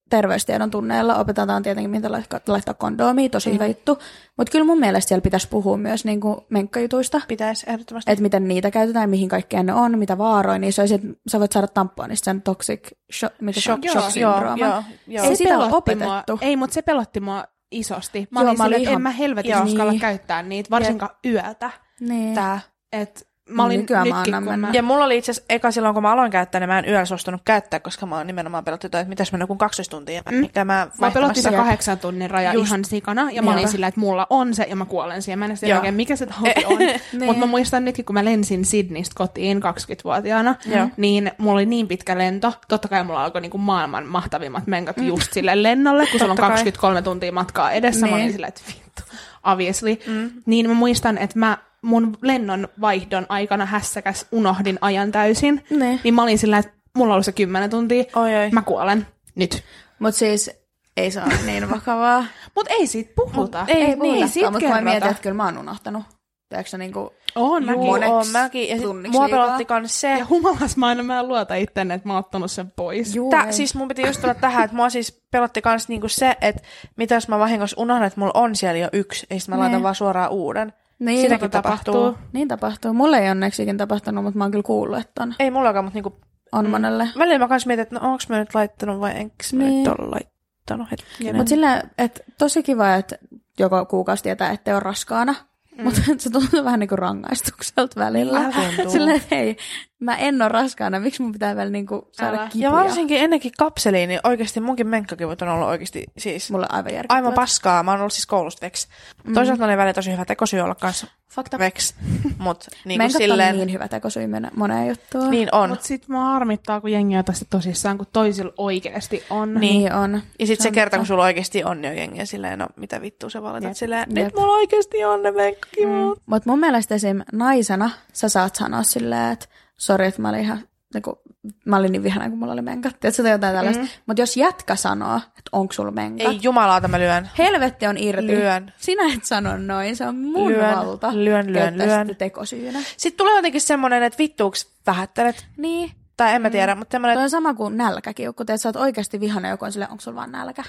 [SPEAKER 1] terveystiedon tunneilla opetetaan tietenkin, miten laittaa, laittaa kondoomia, tosi mm. hyvä juttu, mutta kyllä mun mielestä siellä pitäisi puhua myös niinku menkkajutuista,
[SPEAKER 3] Pitäisi ehdottomasti.
[SPEAKER 1] että miten niitä käytetään, mihin kaikkeen ne on, mitä vaaroja, niin se olisi, että sä voit saada tamponista sen toxic shock, mikä shock,
[SPEAKER 2] Shock,
[SPEAKER 1] shock
[SPEAKER 3] joo,
[SPEAKER 1] syndrooman.
[SPEAKER 3] joo, joo.
[SPEAKER 1] Ei
[SPEAKER 2] Se
[SPEAKER 1] sitä ole
[SPEAKER 2] pelotti mua.
[SPEAKER 1] opetettu.
[SPEAKER 2] Ei, mutta se pelotti mua isosti. Mä
[SPEAKER 1] Joo,
[SPEAKER 2] olin
[SPEAKER 1] mä olin
[SPEAKER 2] silleen, että
[SPEAKER 1] ihan-
[SPEAKER 2] en mä helvetin
[SPEAKER 1] Joo.
[SPEAKER 2] uskalla
[SPEAKER 1] Niin.
[SPEAKER 2] käyttää niitä, varsinkaan yötä.
[SPEAKER 1] Niin.
[SPEAKER 3] Tää.
[SPEAKER 2] Et mä olin
[SPEAKER 1] Nykyään mä
[SPEAKER 2] nytkin,
[SPEAKER 1] annan
[SPEAKER 2] kun mä...
[SPEAKER 1] mennä.
[SPEAKER 3] Ja mulla oli itse asiassa eka silloin, kun mä aloin käyttää, niin mä en yöllä suostunut käyttää, koska mä oon nimenomaan pelottu, että mitäs mä nukun 12 tuntia, mm. mikä mä
[SPEAKER 2] Mä pelotti
[SPEAKER 3] vaihtamassa.
[SPEAKER 2] se kahdeksan tunnin raja
[SPEAKER 3] Just.
[SPEAKER 2] Just. ihan sikana, ja mä
[SPEAKER 1] Niinpä.
[SPEAKER 2] olin sillä, että mulla on se, ja mä kuolen siihen. Mä en edes tiedä
[SPEAKER 3] Joo.
[SPEAKER 2] oikein, mikä se tauti on. Mutta mä
[SPEAKER 1] Niin.
[SPEAKER 2] muistan nytkin, kun mä lensin Sydneystä kotiin 20-vuotiaana,
[SPEAKER 3] Joo.
[SPEAKER 2] niin mulla oli niin pitkä lento. Totta kai mulla alkoi niinku maailman mahtavimmat menkat just sille lennolle, kun sulla on
[SPEAKER 3] Mm. Totta kai.
[SPEAKER 2] 23 tuntia matkaa edessä. Mä
[SPEAKER 1] Niin.
[SPEAKER 2] olin sillä, että vittu, obviously.
[SPEAKER 3] Mm.
[SPEAKER 2] Niin mä muistan, että mä mun lennon vaihdon aikana hässäkäs unohdin ajan täysin.
[SPEAKER 1] Niin.
[SPEAKER 2] Niin mä olin sillä, että mulla oli se 10 tuntia.
[SPEAKER 3] Oi, oi.
[SPEAKER 2] Mä kuolen nyt.
[SPEAKER 1] Mutta siis ei se ole niin vakavaa.
[SPEAKER 2] Mutta ei siitä puhuta.
[SPEAKER 3] Ei,
[SPEAKER 1] ei
[SPEAKER 3] niin,
[SPEAKER 1] puhutakaan,
[SPEAKER 2] siitä
[SPEAKER 1] niin, mutta mä
[SPEAKER 2] kerrota.
[SPEAKER 1] mietin, että kyllä mä oon unohtanut. Tiedätkö sä niinku...
[SPEAKER 2] On,
[SPEAKER 3] Mäkin
[SPEAKER 2] mäkin.
[SPEAKER 1] Moneksi
[SPEAKER 3] oon, mäkin. Ja sit
[SPEAKER 1] tunniksi
[SPEAKER 3] mua
[SPEAKER 1] liikaa.
[SPEAKER 3] pelotti kans se,
[SPEAKER 2] Ja humalas mä aina mä en luota itteni, että mä oon ottanut sen pois.
[SPEAKER 1] Juu,
[SPEAKER 3] Tää,
[SPEAKER 1] ei.
[SPEAKER 3] siis mun piti just tulla tähän, että mua siis pelotti kans niinku se, että mitä jos mä vahingossa unohdan, että mulla on siellä jo yksi, ja sitten mä laitan
[SPEAKER 1] Niin.
[SPEAKER 3] vaan suoraan uuden.
[SPEAKER 1] Niin,
[SPEAKER 3] Sitäkin
[SPEAKER 1] tota
[SPEAKER 3] tapahtuu.
[SPEAKER 1] Niin tapahtuu. Mulle ei onneksikin tapahtunut, mutta mä oon kyllä kuullut, että on,
[SPEAKER 3] Ei mullakaan, mutta niinku,
[SPEAKER 1] on mm. monelle.
[SPEAKER 3] välillä mä kans mietin, että no onks mä nyt laittanut vai enks mä
[SPEAKER 1] Niin.
[SPEAKER 3] nyt ole laittanut hetkinen.
[SPEAKER 1] Mutta sillä, että tosi kiva, että joka kuukausi tietää, ettei ole raskaana. Mm. Mutta se tuntuu vähän niin kuin rangaistukselta välillä.
[SPEAKER 3] Älä tuntuu.
[SPEAKER 1] Sillä, että hei, mä en ole raskaana, miksi mun pitää vielä niin kuin saada
[SPEAKER 2] Älä.
[SPEAKER 1] kipuja?
[SPEAKER 3] Ja varsinkin ennenkin kapseliin, niin oikeasti munkin menkkakivut on ollut oikeasti siis
[SPEAKER 1] Mulle aivan järkyttävää.
[SPEAKER 3] aivan paskaa. Mä oon ollut siis koulusta veks. Mm. Toisaalta oli välillä tosi hyvä tekosyy olla kanssa
[SPEAKER 2] Fakta.
[SPEAKER 3] veks. Mut niin kuin
[SPEAKER 1] Menkät
[SPEAKER 3] silleen,
[SPEAKER 1] on niin hyvä tekosyy mennä moneen juttuun.
[SPEAKER 3] niin on.
[SPEAKER 2] Mut sit mua harmittaa, kun jengi on tästä tosissaan, kun toisilla oikeesti on.
[SPEAKER 1] niin on.
[SPEAKER 3] Ja sitten se,
[SPEAKER 1] on
[SPEAKER 3] kerta,
[SPEAKER 1] totta.
[SPEAKER 3] kun sulla oikeasti on jo jengiä silleen, no mitä vittua sä valitat silleen, nyt
[SPEAKER 1] Jep.
[SPEAKER 3] mulla oikeasti on ne menkkakivut.
[SPEAKER 1] Mutta mun mielestä esim. naisena sä saat sanoa silleen, että sori, että mä olin ihan niinku, mä olin niin vihana, kun mulla oli menkat. Tiedätkö, tai jotain tällaista. Mm. Mutta jos jätkä sanoo, että onko sulla menkat,
[SPEAKER 3] Ei
[SPEAKER 1] Ei.
[SPEAKER 3] jumalauta, mä lyön.
[SPEAKER 1] helvetti on irti.
[SPEAKER 3] Lyön.
[SPEAKER 1] Sinä et sano noin, se on mun
[SPEAKER 3] Lyön,
[SPEAKER 1] valta.
[SPEAKER 3] lyön, lyön,
[SPEAKER 1] käyttää sitä
[SPEAKER 3] lyön.
[SPEAKER 1] tekosyynä.
[SPEAKER 3] Sitten tulee jotenkin semmoinen, että vittuuks vähättelet.
[SPEAKER 1] Niin.
[SPEAKER 3] Tai en mä tiedä, mutta semmoinen,
[SPEAKER 1] Toi on sama kuin nälkäkiukku. Teet, sä oot oikeasti vihana joku on silleen, onko sulla vaan nälkä?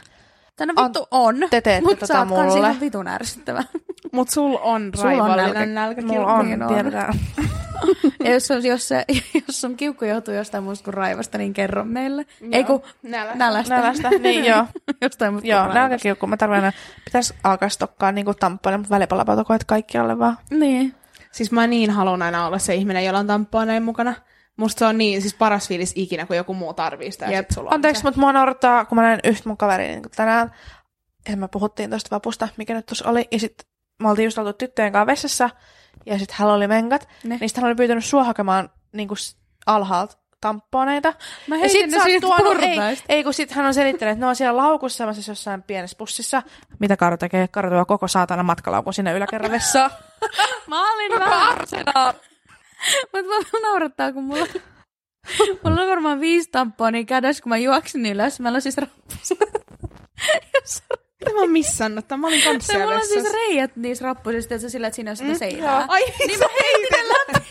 [SPEAKER 1] Tänne vittu on,
[SPEAKER 3] te teette
[SPEAKER 1] mutta
[SPEAKER 3] tota
[SPEAKER 1] sä oot kans
[SPEAKER 3] mulle.
[SPEAKER 1] ihan vitun ärsyttävä.
[SPEAKER 2] Mut sul on
[SPEAKER 1] Sulla on
[SPEAKER 2] raivallinen.
[SPEAKER 1] nälkä. nälkäkiukku.
[SPEAKER 3] mulla on,
[SPEAKER 1] Niin on.
[SPEAKER 3] tiedetään.
[SPEAKER 1] Ja jos, on, jos, se, jos sun kiukku johtuu jostain muusta kuin raivasta, niin kerro meille. Joo. Ei kun
[SPEAKER 2] Nälä.
[SPEAKER 1] nälästä.
[SPEAKER 3] Nälästä, niin joo.
[SPEAKER 1] jostain muusta
[SPEAKER 3] Joo,
[SPEAKER 1] kuin raivasta.
[SPEAKER 3] nälkäkiukku. Mä tarvitsen, pitäis alkaa stokkaa niinku tamppoja, mutta välipalapautakoet kaikkialle vaan.
[SPEAKER 1] Niin.
[SPEAKER 2] Siis mä niin haluan aina olla se ihminen, jolla on tamponeen mukana. Musta se on niin, siis paras fiilis ikinä, kun joku muu tarvii sitä. Ja
[SPEAKER 1] Jep.
[SPEAKER 2] sit sulla on
[SPEAKER 3] Anteeksi,
[SPEAKER 2] se.
[SPEAKER 3] mutta mua naurattaa, kun mä näin yhtä mun kaveria niin tänään, ja me puhuttiin tuosta vapusta, mikä nyt tuossa oli, ja sitten me oltiin just oltu tyttöjen kanssa vessassa, ja sitten hänellä oli menkat,
[SPEAKER 1] Ne.
[SPEAKER 3] niin sitten hän oli pyytänyt sua hakemaan niin kuin alhaalta tampponeita.
[SPEAKER 1] Mä
[SPEAKER 3] ja
[SPEAKER 1] heitin
[SPEAKER 3] sit
[SPEAKER 1] ne
[SPEAKER 3] sä
[SPEAKER 2] siis
[SPEAKER 3] oot
[SPEAKER 1] siitä
[SPEAKER 3] tuonut, ei,
[SPEAKER 1] portaista.
[SPEAKER 3] ei, kun sitten hän on selittänyt, että ne on siellä laukussa, mä siis jossain pienessä pussissa. Mitä Karu tekee? Karu tuo koko saatana matkalaukun sinne yläkerran vessaan.
[SPEAKER 1] Mä olin vähän arsenaa. Mutta mulla naurattaa, kun mulla... Mulla oli varmaan viisi tamponia kädessä, kun mä juoksin ylös. Mä olin siis, rappuset.
[SPEAKER 2] Mitä mä oon missannut? Mä olin kanssa
[SPEAKER 1] mulla on siis
[SPEAKER 2] vessassa.
[SPEAKER 1] reijät niissä rappusissa, että sillä, että siinä on sitä seinää.
[SPEAKER 2] Ai, niin mä heitin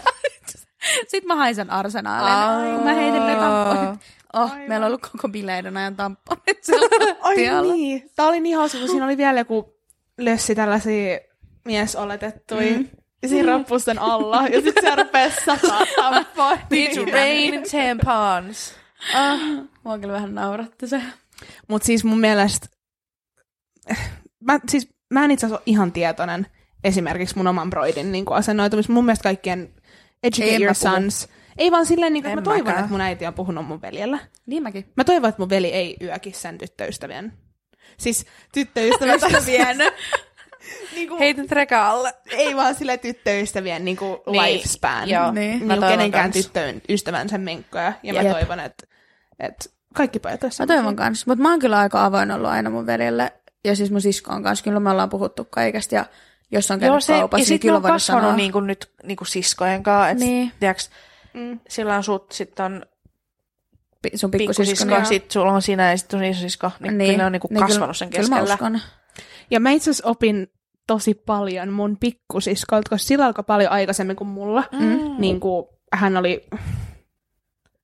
[SPEAKER 1] Sitten mä hain sen arsenaalin, kun mä heitin ne tamponit. Oh, meillä on ollut koko bileiden ajan tamponit siellä
[SPEAKER 2] Ai
[SPEAKER 1] lattialla.
[SPEAKER 2] niin. Tää oli niin hauska, kun siinä oli vielä joku lössi tällaisia miesoletettuja. Mm.
[SPEAKER 1] Niin.
[SPEAKER 2] Siinä rappusten alla. Ja sit se rupee sataa Niin. tampaa.
[SPEAKER 1] Niin,
[SPEAKER 3] Did you rain tampons?
[SPEAKER 1] Ah, mua kyllä vähän nauratti se.
[SPEAKER 2] Mut siis mun mielestä... Mä, siis, mä en itse asiassa ole ihan tietoinen esimerkiksi mun oman broidin niin asennoitumis. Mun mielestä kaikkien educate
[SPEAKER 1] Ei, en mä
[SPEAKER 2] your
[SPEAKER 1] puhu.
[SPEAKER 2] sons. Ei vaan silleen, niin kuin, että mä
[SPEAKER 3] En
[SPEAKER 2] toivon,
[SPEAKER 3] mäkään.
[SPEAKER 2] että mun äiti on puhunut mun veljellä.
[SPEAKER 1] Niin mäkin.
[SPEAKER 2] Mä toivon, että mun veli ei yöki sen tyttöystävien. Siis tyttöystävät niin kuin,
[SPEAKER 3] Heitin treka alle.
[SPEAKER 2] ei vaan sille tyttöystävien niin kuin
[SPEAKER 3] Niin,
[SPEAKER 2] lifespan.
[SPEAKER 3] joo.
[SPEAKER 1] Niin.
[SPEAKER 2] Niin,
[SPEAKER 3] Mä toivon
[SPEAKER 2] kenenkään
[SPEAKER 3] kans.
[SPEAKER 2] tyttöön ystävänsä menkkoja. Ja mä
[SPEAKER 1] Jep.
[SPEAKER 2] toivon, että, että kaikki pojat olisi
[SPEAKER 1] Mä toivon kanssa, mutta mä oon kyllä aika avoin ollut aina mun veljelle ja siis mun siskoon kanssa. Kyllä me ollaan puhuttu kaikesta ja jos on käynyt
[SPEAKER 3] Joo, se,
[SPEAKER 1] kaupassa,
[SPEAKER 3] ja
[SPEAKER 1] niin
[SPEAKER 3] sitten
[SPEAKER 1] kyllä
[SPEAKER 3] on
[SPEAKER 1] voinut sanoa.
[SPEAKER 3] kasvanut niin kuin nyt niin kuin siskojen kanssa. Et
[SPEAKER 1] Niin.
[SPEAKER 3] niin. Tiiäks,
[SPEAKER 2] Mm.
[SPEAKER 3] sillä on sut, sit on
[SPEAKER 1] Pi- sun pikkusisko.
[SPEAKER 3] pikkusisko,
[SPEAKER 1] Niin,
[SPEAKER 3] sit sulla on sinä ja sit sun isosisko. Niin, niin. ne on niin kuin
[SPEAKER 1] kyllä-
[SPEAKER 3] kasvanut sen
[SPEAKER 1] Kyllä mä
[SPEAKER 3] keskellä.
[SPEAKER 1] uskon.
[SPEAKER 2] Ja mä itse asiassa opin tosi paljon mun pikkusiskolta, koska sillä alkoi paljon aikaisemmin kuin mulla.
[SPEAKER 3] Mm.
[SPEAKER 2] Niin kuin, hän oli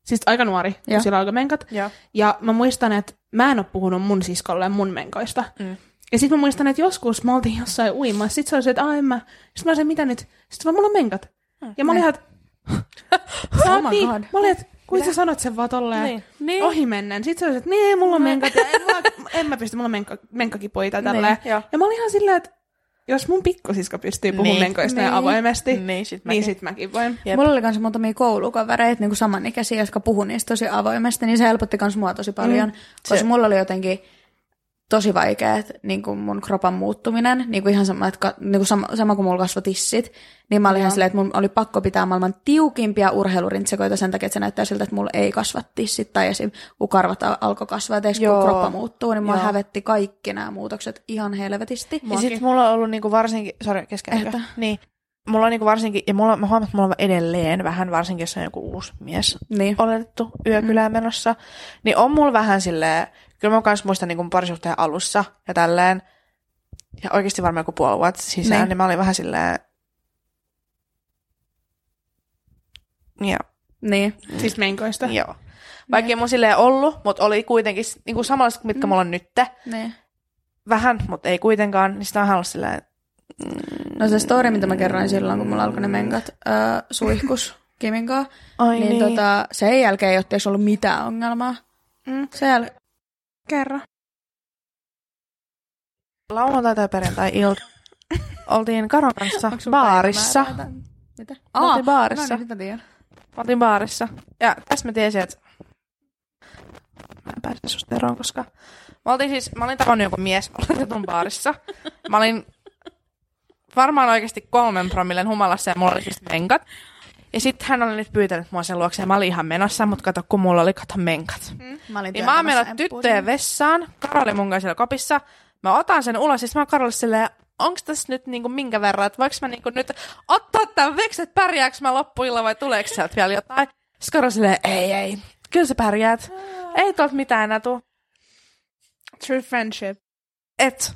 [SPEAKER 2] siis aika nuori,
[SPEAKER 1] Joo.
[SPEAKER 2] kun sillä alkoi menkat.
[SPEAKER 3] Joo.
[SPEAKER 2] Ja mä muistan, että mä en ole puhunut mun siskolle mun menkoista.
[SPEAKER 3] Mm.
[SPEAKER 2] Ja sitten mä muistan, että joskus me oltiin jossain uimassa. Sitten se oli se, että aah, en mä. Sitten mä sanoin, mitä nyt? Sitten vaan, mulla on menkat. Ja mä olin ihan, että sä
[SPEAKER 1] Oh
[SPEAKER 2] oot
[SPEAKER 1] my
[SPEAKER 2] niin.
[SPEAKER 1] God.
[SPEAKER 2] Mä olin, että kuinka sä sanot sen vaan tolleen
[SPEAKER 3] Niin.
[SPEAKER 2] niin.
[SPEAKER 1] Niin.
[SPEAKER 2] ohi mennen. Sitten se oli se, että niin, mulla on menkat. Ja en, vaan, en mä pysty, mulla on menkka, menkkakipuja tai tälleen.
[SPEAKER 3] Niin, joo.
[SPEAKER 2] ja mä olin ihan silleen, että jos mun pikkusisko pystyy puhumaan
[SPEAKER 3] Niin.
[SPEAKER 2] menkoista
[SPEAKER 1] Niin.
[SPEAKER 2] ja avoimesti, niin,
[SPEAKER 3] Niin, sit mäkin.
[SPEAKER 2] niin sit mäkin voin.
[SPEAKER 3] Jep.
[SPEAKER 1] Mulla oli myös muutamia koulukavereita, niin kuin samanikäisiä, jotka puhui niistä tosi avoimesti, niin se helpotti myös mua tosi paljon, mm, koska
[SPEAKER 3] se-
[SPEAKER 1] mulla oli jotenkin tosi vaikea, että niin kuin mun kropan muuttuminen, niin kuin ihan sama, että, ka- niin kuin sama, sama kuin mulla kasvoi tissit, niin mä olin ihan silleen, että mun oli pakko pitää maailman tiukimpia urheilurintsekoita sen takia, että se näyttää siltä, että mulla ei kasva tissit, tai esim. kun karvat al- alkoi kasvaa, että kun
[SPEAKER 3] Joo.
[SPEAKER 1] kroppa muuttuu, niin mua
[SPEAKER 3] Joo.
[SPEAKER 1] hävetti kaikki nämä muutokset ihan helvetisti.
[SPEAKER 3] Ja sit mulla on ollut niinku varsinkin, sori kesken.
[SPEAKER 1] Että?
[SPEAKER 3] Niin. Mulla on niinku varsinkin, ja mulla, mä huomaan, että mulla on edelleen vähän, varsinkin jos on joku uusi mies
[SPEAKER 1] Niin.
[SPEAKER 3] oletettu yökylään
[SPEAKER 1] Mm.
[SPEAKER 3] menossa, niin on mulla vähän silleen, kyllä mä kans muistan niin parisuhteen alussa ja tälleen, ja oikeasti varmaan joku puoli vuotta sisään,
[SPEAKER 1] Niin.
[SPEAKER 3] niin, niin mä olin vähän silleen, ja,
[SPEAKER 1] Niin.
[SPEAKER 2] Siis menkoista.
[SPEAKER 3] joo. Vaikka ei mun silleen ollut, mutta oli kuitenkin niin kuin samanlaiset,
[SPEAKER 1] Mm.
[SPEAKER 3] mitkä mulla on nyt.
[SPEAKER 1] niin.
[SPEAKER 3] Vähän, mutta ei kuitenkaan. Niin sitä on ollut silleen,
[SPEAKER 1] No se story, mitä mä kerroin silloin, kun mulla alkoi ne menkat äh, suihkus Kimin kanssa,
[SPEAKER 3] ai
[SPEAKER 1] niin, niin. Tota, sen jälkeen ei ole tietysti ollut mitään ongelmaa.
[SPEAKER 2] Mm.
[SPEAKER 1] Sen jäl-
[SPEAKER 2] Kerro.
[SPEAKER 3] lauantai tai perjantai ilta oltiin Karon kanssa baarissa.
[SPEAKER 1] Mitä?
[SPEAKER 3] Aa,
[SPEAKER 1] Ah, Aa,
[SPEAKER 3] baarissa.
[SPEAKER 1] No niin, mitä tiedän.
[SPEAKER 3] Oltiin baarissa. Ja tässä mä tiesin, että mä en pääse susta eroon, koska mä, oltiin siis, mä olin tavannut joku mies oletetun baarissa. Mä olin varmaan oikeasti kolmen promillen humalassa ja mulla oli siis menkat. Ja sitten hän oli nyt pyytänyt mua sen luokse ja mä olin ihan menossa, mutta kato kun mulla oli kato menkat.
[SPEAKER 1] Mä olin
[SPEAKER 3] Niin mä oon
[SPEAKER 1] työntämässä
[SPEAKER 3] mennyt
[SPEAKER 1] emppuun
[SPEAKER 3] tyttöjen vessaan, Karo oli mun kanssa siellä kopissa. Mä otan sen ulos ja sit mä oon Karolle silleen, onks tässä nyt niinku minkä verran, että voiko mä niinku nyt ottaa tämän veksi, että pärjääks mä loppuilla vai tuleeko sieltä vielä jotain. Sitten Karo silleen, ei ei, kyllä sä pärjäät. Ei tuolta mitään enää tuu.
[SPEAKER 2] True friendship.
[SPEAKER 3] Et.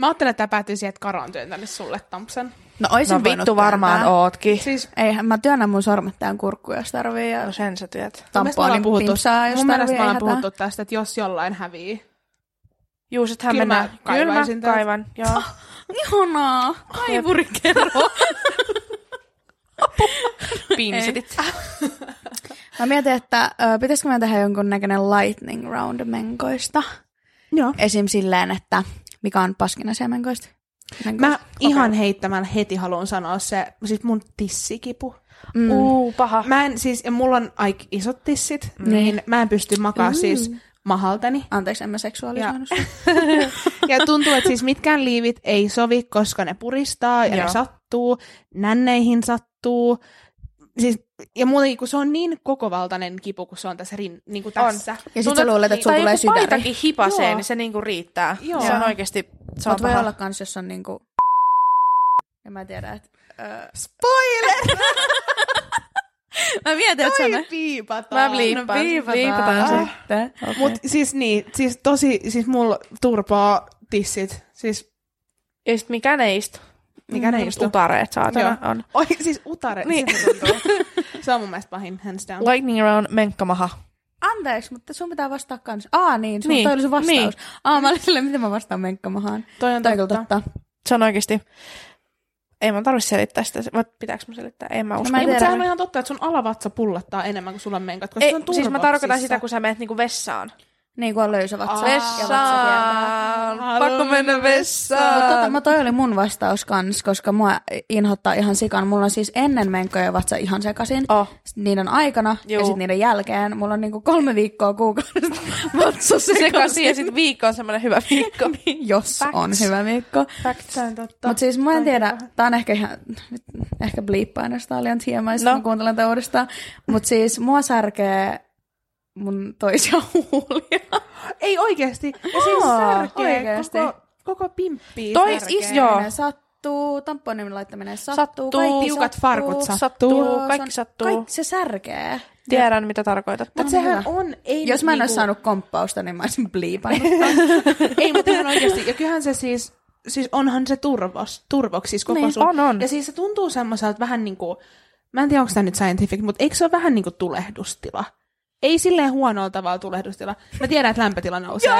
[SPEAKER 2] Mä ajattelen, että tämä päättyy siihen, että Kara on työntänyt sulle Tampsen.
[SPEAKER 1] No oisin
[SPEAKER 3] No vittu varmaan ootkin.
[SPEAKER 2] Siis
[SPEAKER 1] Eihän, mä työnnän mun sormet tähän kurkkuun, jos tarvii. Ja
[SPEAKER 3] No sen sä tiedät.
[SPEAKER 2] mun mielestä me ollaan
[SPEAKER 1] tamponin
[SPEAKER 2] puhuttu-
[SPEAKER 1] pimpsaa, jos
[SPEAKER 2] mun mielestä
[SPEAKER 1] tarvii.
[SPEAKER 2] me
[SPEAKER 1] ei
[SPEAKER 2] ollaan
[SPEAKER 1] hätää.
[SPEAKER 2] puhuttu tästä, että jos jollain hävii.
[SPEAKER 3] Juu, sit hän
[SPEAKER 2] Kyllä
[SPEAKER 3] mennään.
[SPEAKER 2] mä kaivaisin
[SPEAKER 3] Kyllä mä
[SPEAKER 2] täältä.
[SPEAKER 3] kaivan, joo.
[SPEAKER 1] Ihanaa. Kaivurikero.
[SPEAKER 3] Pinsetit.
[SPEAKER 1] mä mietin, että ö, pitäisikö mä tehdä jonkun näköinen lightning round menkoista.
[SPEAKER 2] Joo.
[SPEAKER 1] Esim. silleen, että mikä on paskin asia menkoista. Menkoista.
[SPEAKER 2] Mä ihan heittämällä heti haluan sanoa se, siis mun tissikipu.
[SPEAKER 1] Mm.
[SPEAKER 3] Uu, paha.
[SPEAKER 2] Mä en siis, ja mulla on aika isot tissit, niin mä en pysty makaa siis mahaltani.
[SPEAKER 1] Anteeksi, en mä seksuaalisoinut sua.
[SPEAKER 2] Ja tuntuu, että siis mitkään liivit ei sovi, koska ne puristaa ja Joo.
[SPEAKER 3] Joo.
[SPEAKER 2] ne sattuu, nänneihin sattuu. Siis, ja muutenkin, kun se on niin kokovaltainen kipu, kun se on tässä, rin, niin kuin
[SPEAKER 3] On.
[SPEAKER 2] tässä.
[SPEAKER 1] Ja sit
[SPEAKER 3] Tuntuu,
[SPEAKER 1] sä luulet, että sulla
[SPEAKER 3] tai
[SPEAKER 1] tulee
[SPEAKER 3] joku
[SPEAKER 1] sydäri.
[SPEAKER 3] paitakin hipasee,
[SPEAKER 2] Joo.
[SPEAKER 3] niin se niinku riittää.
[SPEAKER 2] Joo.
[SPEAKER 3] Se on oikeesti, se on
[SPEAKER 1] Mut voi
[SPEAKER 3] paha.
[SPEAKER 1] olla kans, jos on niinku... Ja mä tiedän, että... Ö...
[SPEAKER 2] Spoiler!
[SPEAKER 1] Mä mietin, että
[SPEAKER 2] Toi piipataan.
[SPEAKER 3] Mä bliippaan.
[SPEAKER 1] Viipataan
[SPEAKER 3] Viipataan
[SPEAKER 1] sitten. Okay.
[SPEAKER 2] Mut siis niin, siis tosi, siis mulla turpaa tissit. Siis
[SPEAKER 3] Ja sit mikään ei istu.
[SPEAKER 2] mikä ne
[SPEAKER 3] Tämmöset
[SPEAKER 2] istu.
[SPEAKER 3] Utareet saatana
[SPEAKER 2] Joo.
[SPEAKER 3] on.
[SPEAKER 2] Oi, siis utare.
[SPEAKER 3] Niin.
[SPEAKER 2] Niin. Se, tuntuu. se on mun mielestä pahin, hands down.
[SPEAKER 3] Lightning round, menkkamaha.
[SPEAKER 1] Anteeksi, mutta sun pitää vastaa kans. Aa, niin, sun
[SPEAKER 3] Niin,
[SPEAKER 1] niin, toi oli sun vastaus.
[SPEAKER 3] niin.
[SPEAKER 1] Niin. Aa, mä olin silleen, miten mä vastaan menkkamahaan.
[SPEAKER 2] Toi on
[SPEAKER 1] Toi on kyllä totta.
[SPEAKER 3] Se on oikeesti... Ei mun tarvi selittää sitä. Vai pitääks mun selittää? En mä usko.
[SPEAKER 1] mä
[SPEAKER 2] Ei,
[SPEAKER 1] en
[SPEAKER 2] mutta
[SPEAKER 1] tiedä.
[SPEAKER 2] sehän on ihan totta, että sun alavatsa pullattaa enemmän kuin sulla on menkat, koska
[SPEAKER 3] Ei,
[SPEAKER 2] se on
[SPEAKER 3] siis mä tarkoitan
[SPEAKER 2] turvoksissa.
[SPEAKER 3] sitä, kun sä menet niinku vessaan.
[SPEAKER 1] Niin kuin on löysä vatsa.
[SPEAKER 2] Aa.
[SPEAKER 1] ja vatsa kiertää.
[SPEAKER 3] Vessaan!
[SPEAKER 2] Haluan
[SPEAKER 3] Pakko mennä
[SPEAKER 1] Mut tota,
[SPEAKER 3] vessaan!
[SPEAKER 1] mä toi oli mun vastaus kans, koska mua inhottaa ihan sikan. Mulla on siis ennen menkkoja vatsa ihan sekasin.
[SPEAKER 3] Oh.
[SPEAKER 1] Niiden aikana Juu. ja
[SPEAKER 3] Juu.
[SPEAKER 1] sitten niiden jälkeen. Mulla on niinku kolme viikkoa kuukaudesta vatsa
[SPEAKER 3] Sekaisin
[SPEAKER 1] sekasin.
[SPEAKER 3] ja sit viikko on semmonen hyvä viikko.
[SPEAKER 1] Jos
[SPEAKER 3] Facts.
[SPEAKER 1] on hyvä viikko.
[SPEAKER 3] Fact.
[SPEAKER 2] Se on totta.
[SPEAKER 1] Mutta siis mä en tiedä, tää on ehkä ihan, nyt ehkä bliippaan, jos tää oli ihan hieman, no.
[SPEAKER 3] No.
[SPEAKER 1] mä kuuntelen tätä uudestaan. Mutta siis mua särkee mun toisia huulia.
[SPEAKER 2] Ei oikeesti. Ja siis
[SPEAKER 1] Aa,
[SPEAKER 2] särkee
[SPEAKER 1] oikeesti.
[SPEAKER 2] koko, koko pimppi.
[SPEAKER 3] Toi
[SPEAKER 2] särkee.
[SPEAKER 3] is- joo.
[SPEAKER 1] Laittaminen Sattuu, tamponin laittaminen sattuu,
[SPEAKER 3] Sattuu,
[SPEAKER 1] kaikki
[SPEAKER 2] tiukat
[SPEAKER 1] sattuu.
[SPEAKER 2] farkut sattuu.
[SPEAKER 3] Sattuu,
[SPEAKER 1] Joo, se on-
[SPEAKER 3] kaikki sattuu.
[SPEAKER 1] Kaikki, se särkee.
[SPEAKER 3] Tiedän, mitä tarkoitat.
[SPEAKER 2] Mutta
[SPEAKER 1] on
[SPEAKER 2] sehän
[SPEAKER 1] hyvä.
[SPEAKER 2] on, ei
[SPEAKER 1] Jos mä en
[SPEAKER 2] niinku-
[SPEAKER 1] olisi saanut komppausta, niin mä olisin bliipannut.
[SPEAKER 2] Ei, mutta ihan oikeasti. Ja kyllähän se siis, siis onhan se turvos, turvoksis koko
[SPEAKER 1] Niin,
[SPEAKER 2] sun.
[SPEAKER 3] on, on.
[SPEAKER 2] Ja siis se tuntuu semmoiselta vähän niin kuin, mä en tiedä onko tämä nyt scientific, mutta eikö se ole vähän niin kuin tulehdustila? Ei silleen huonolla tavalla tulehdustila. Mä tiedän, että lämpötila nousee.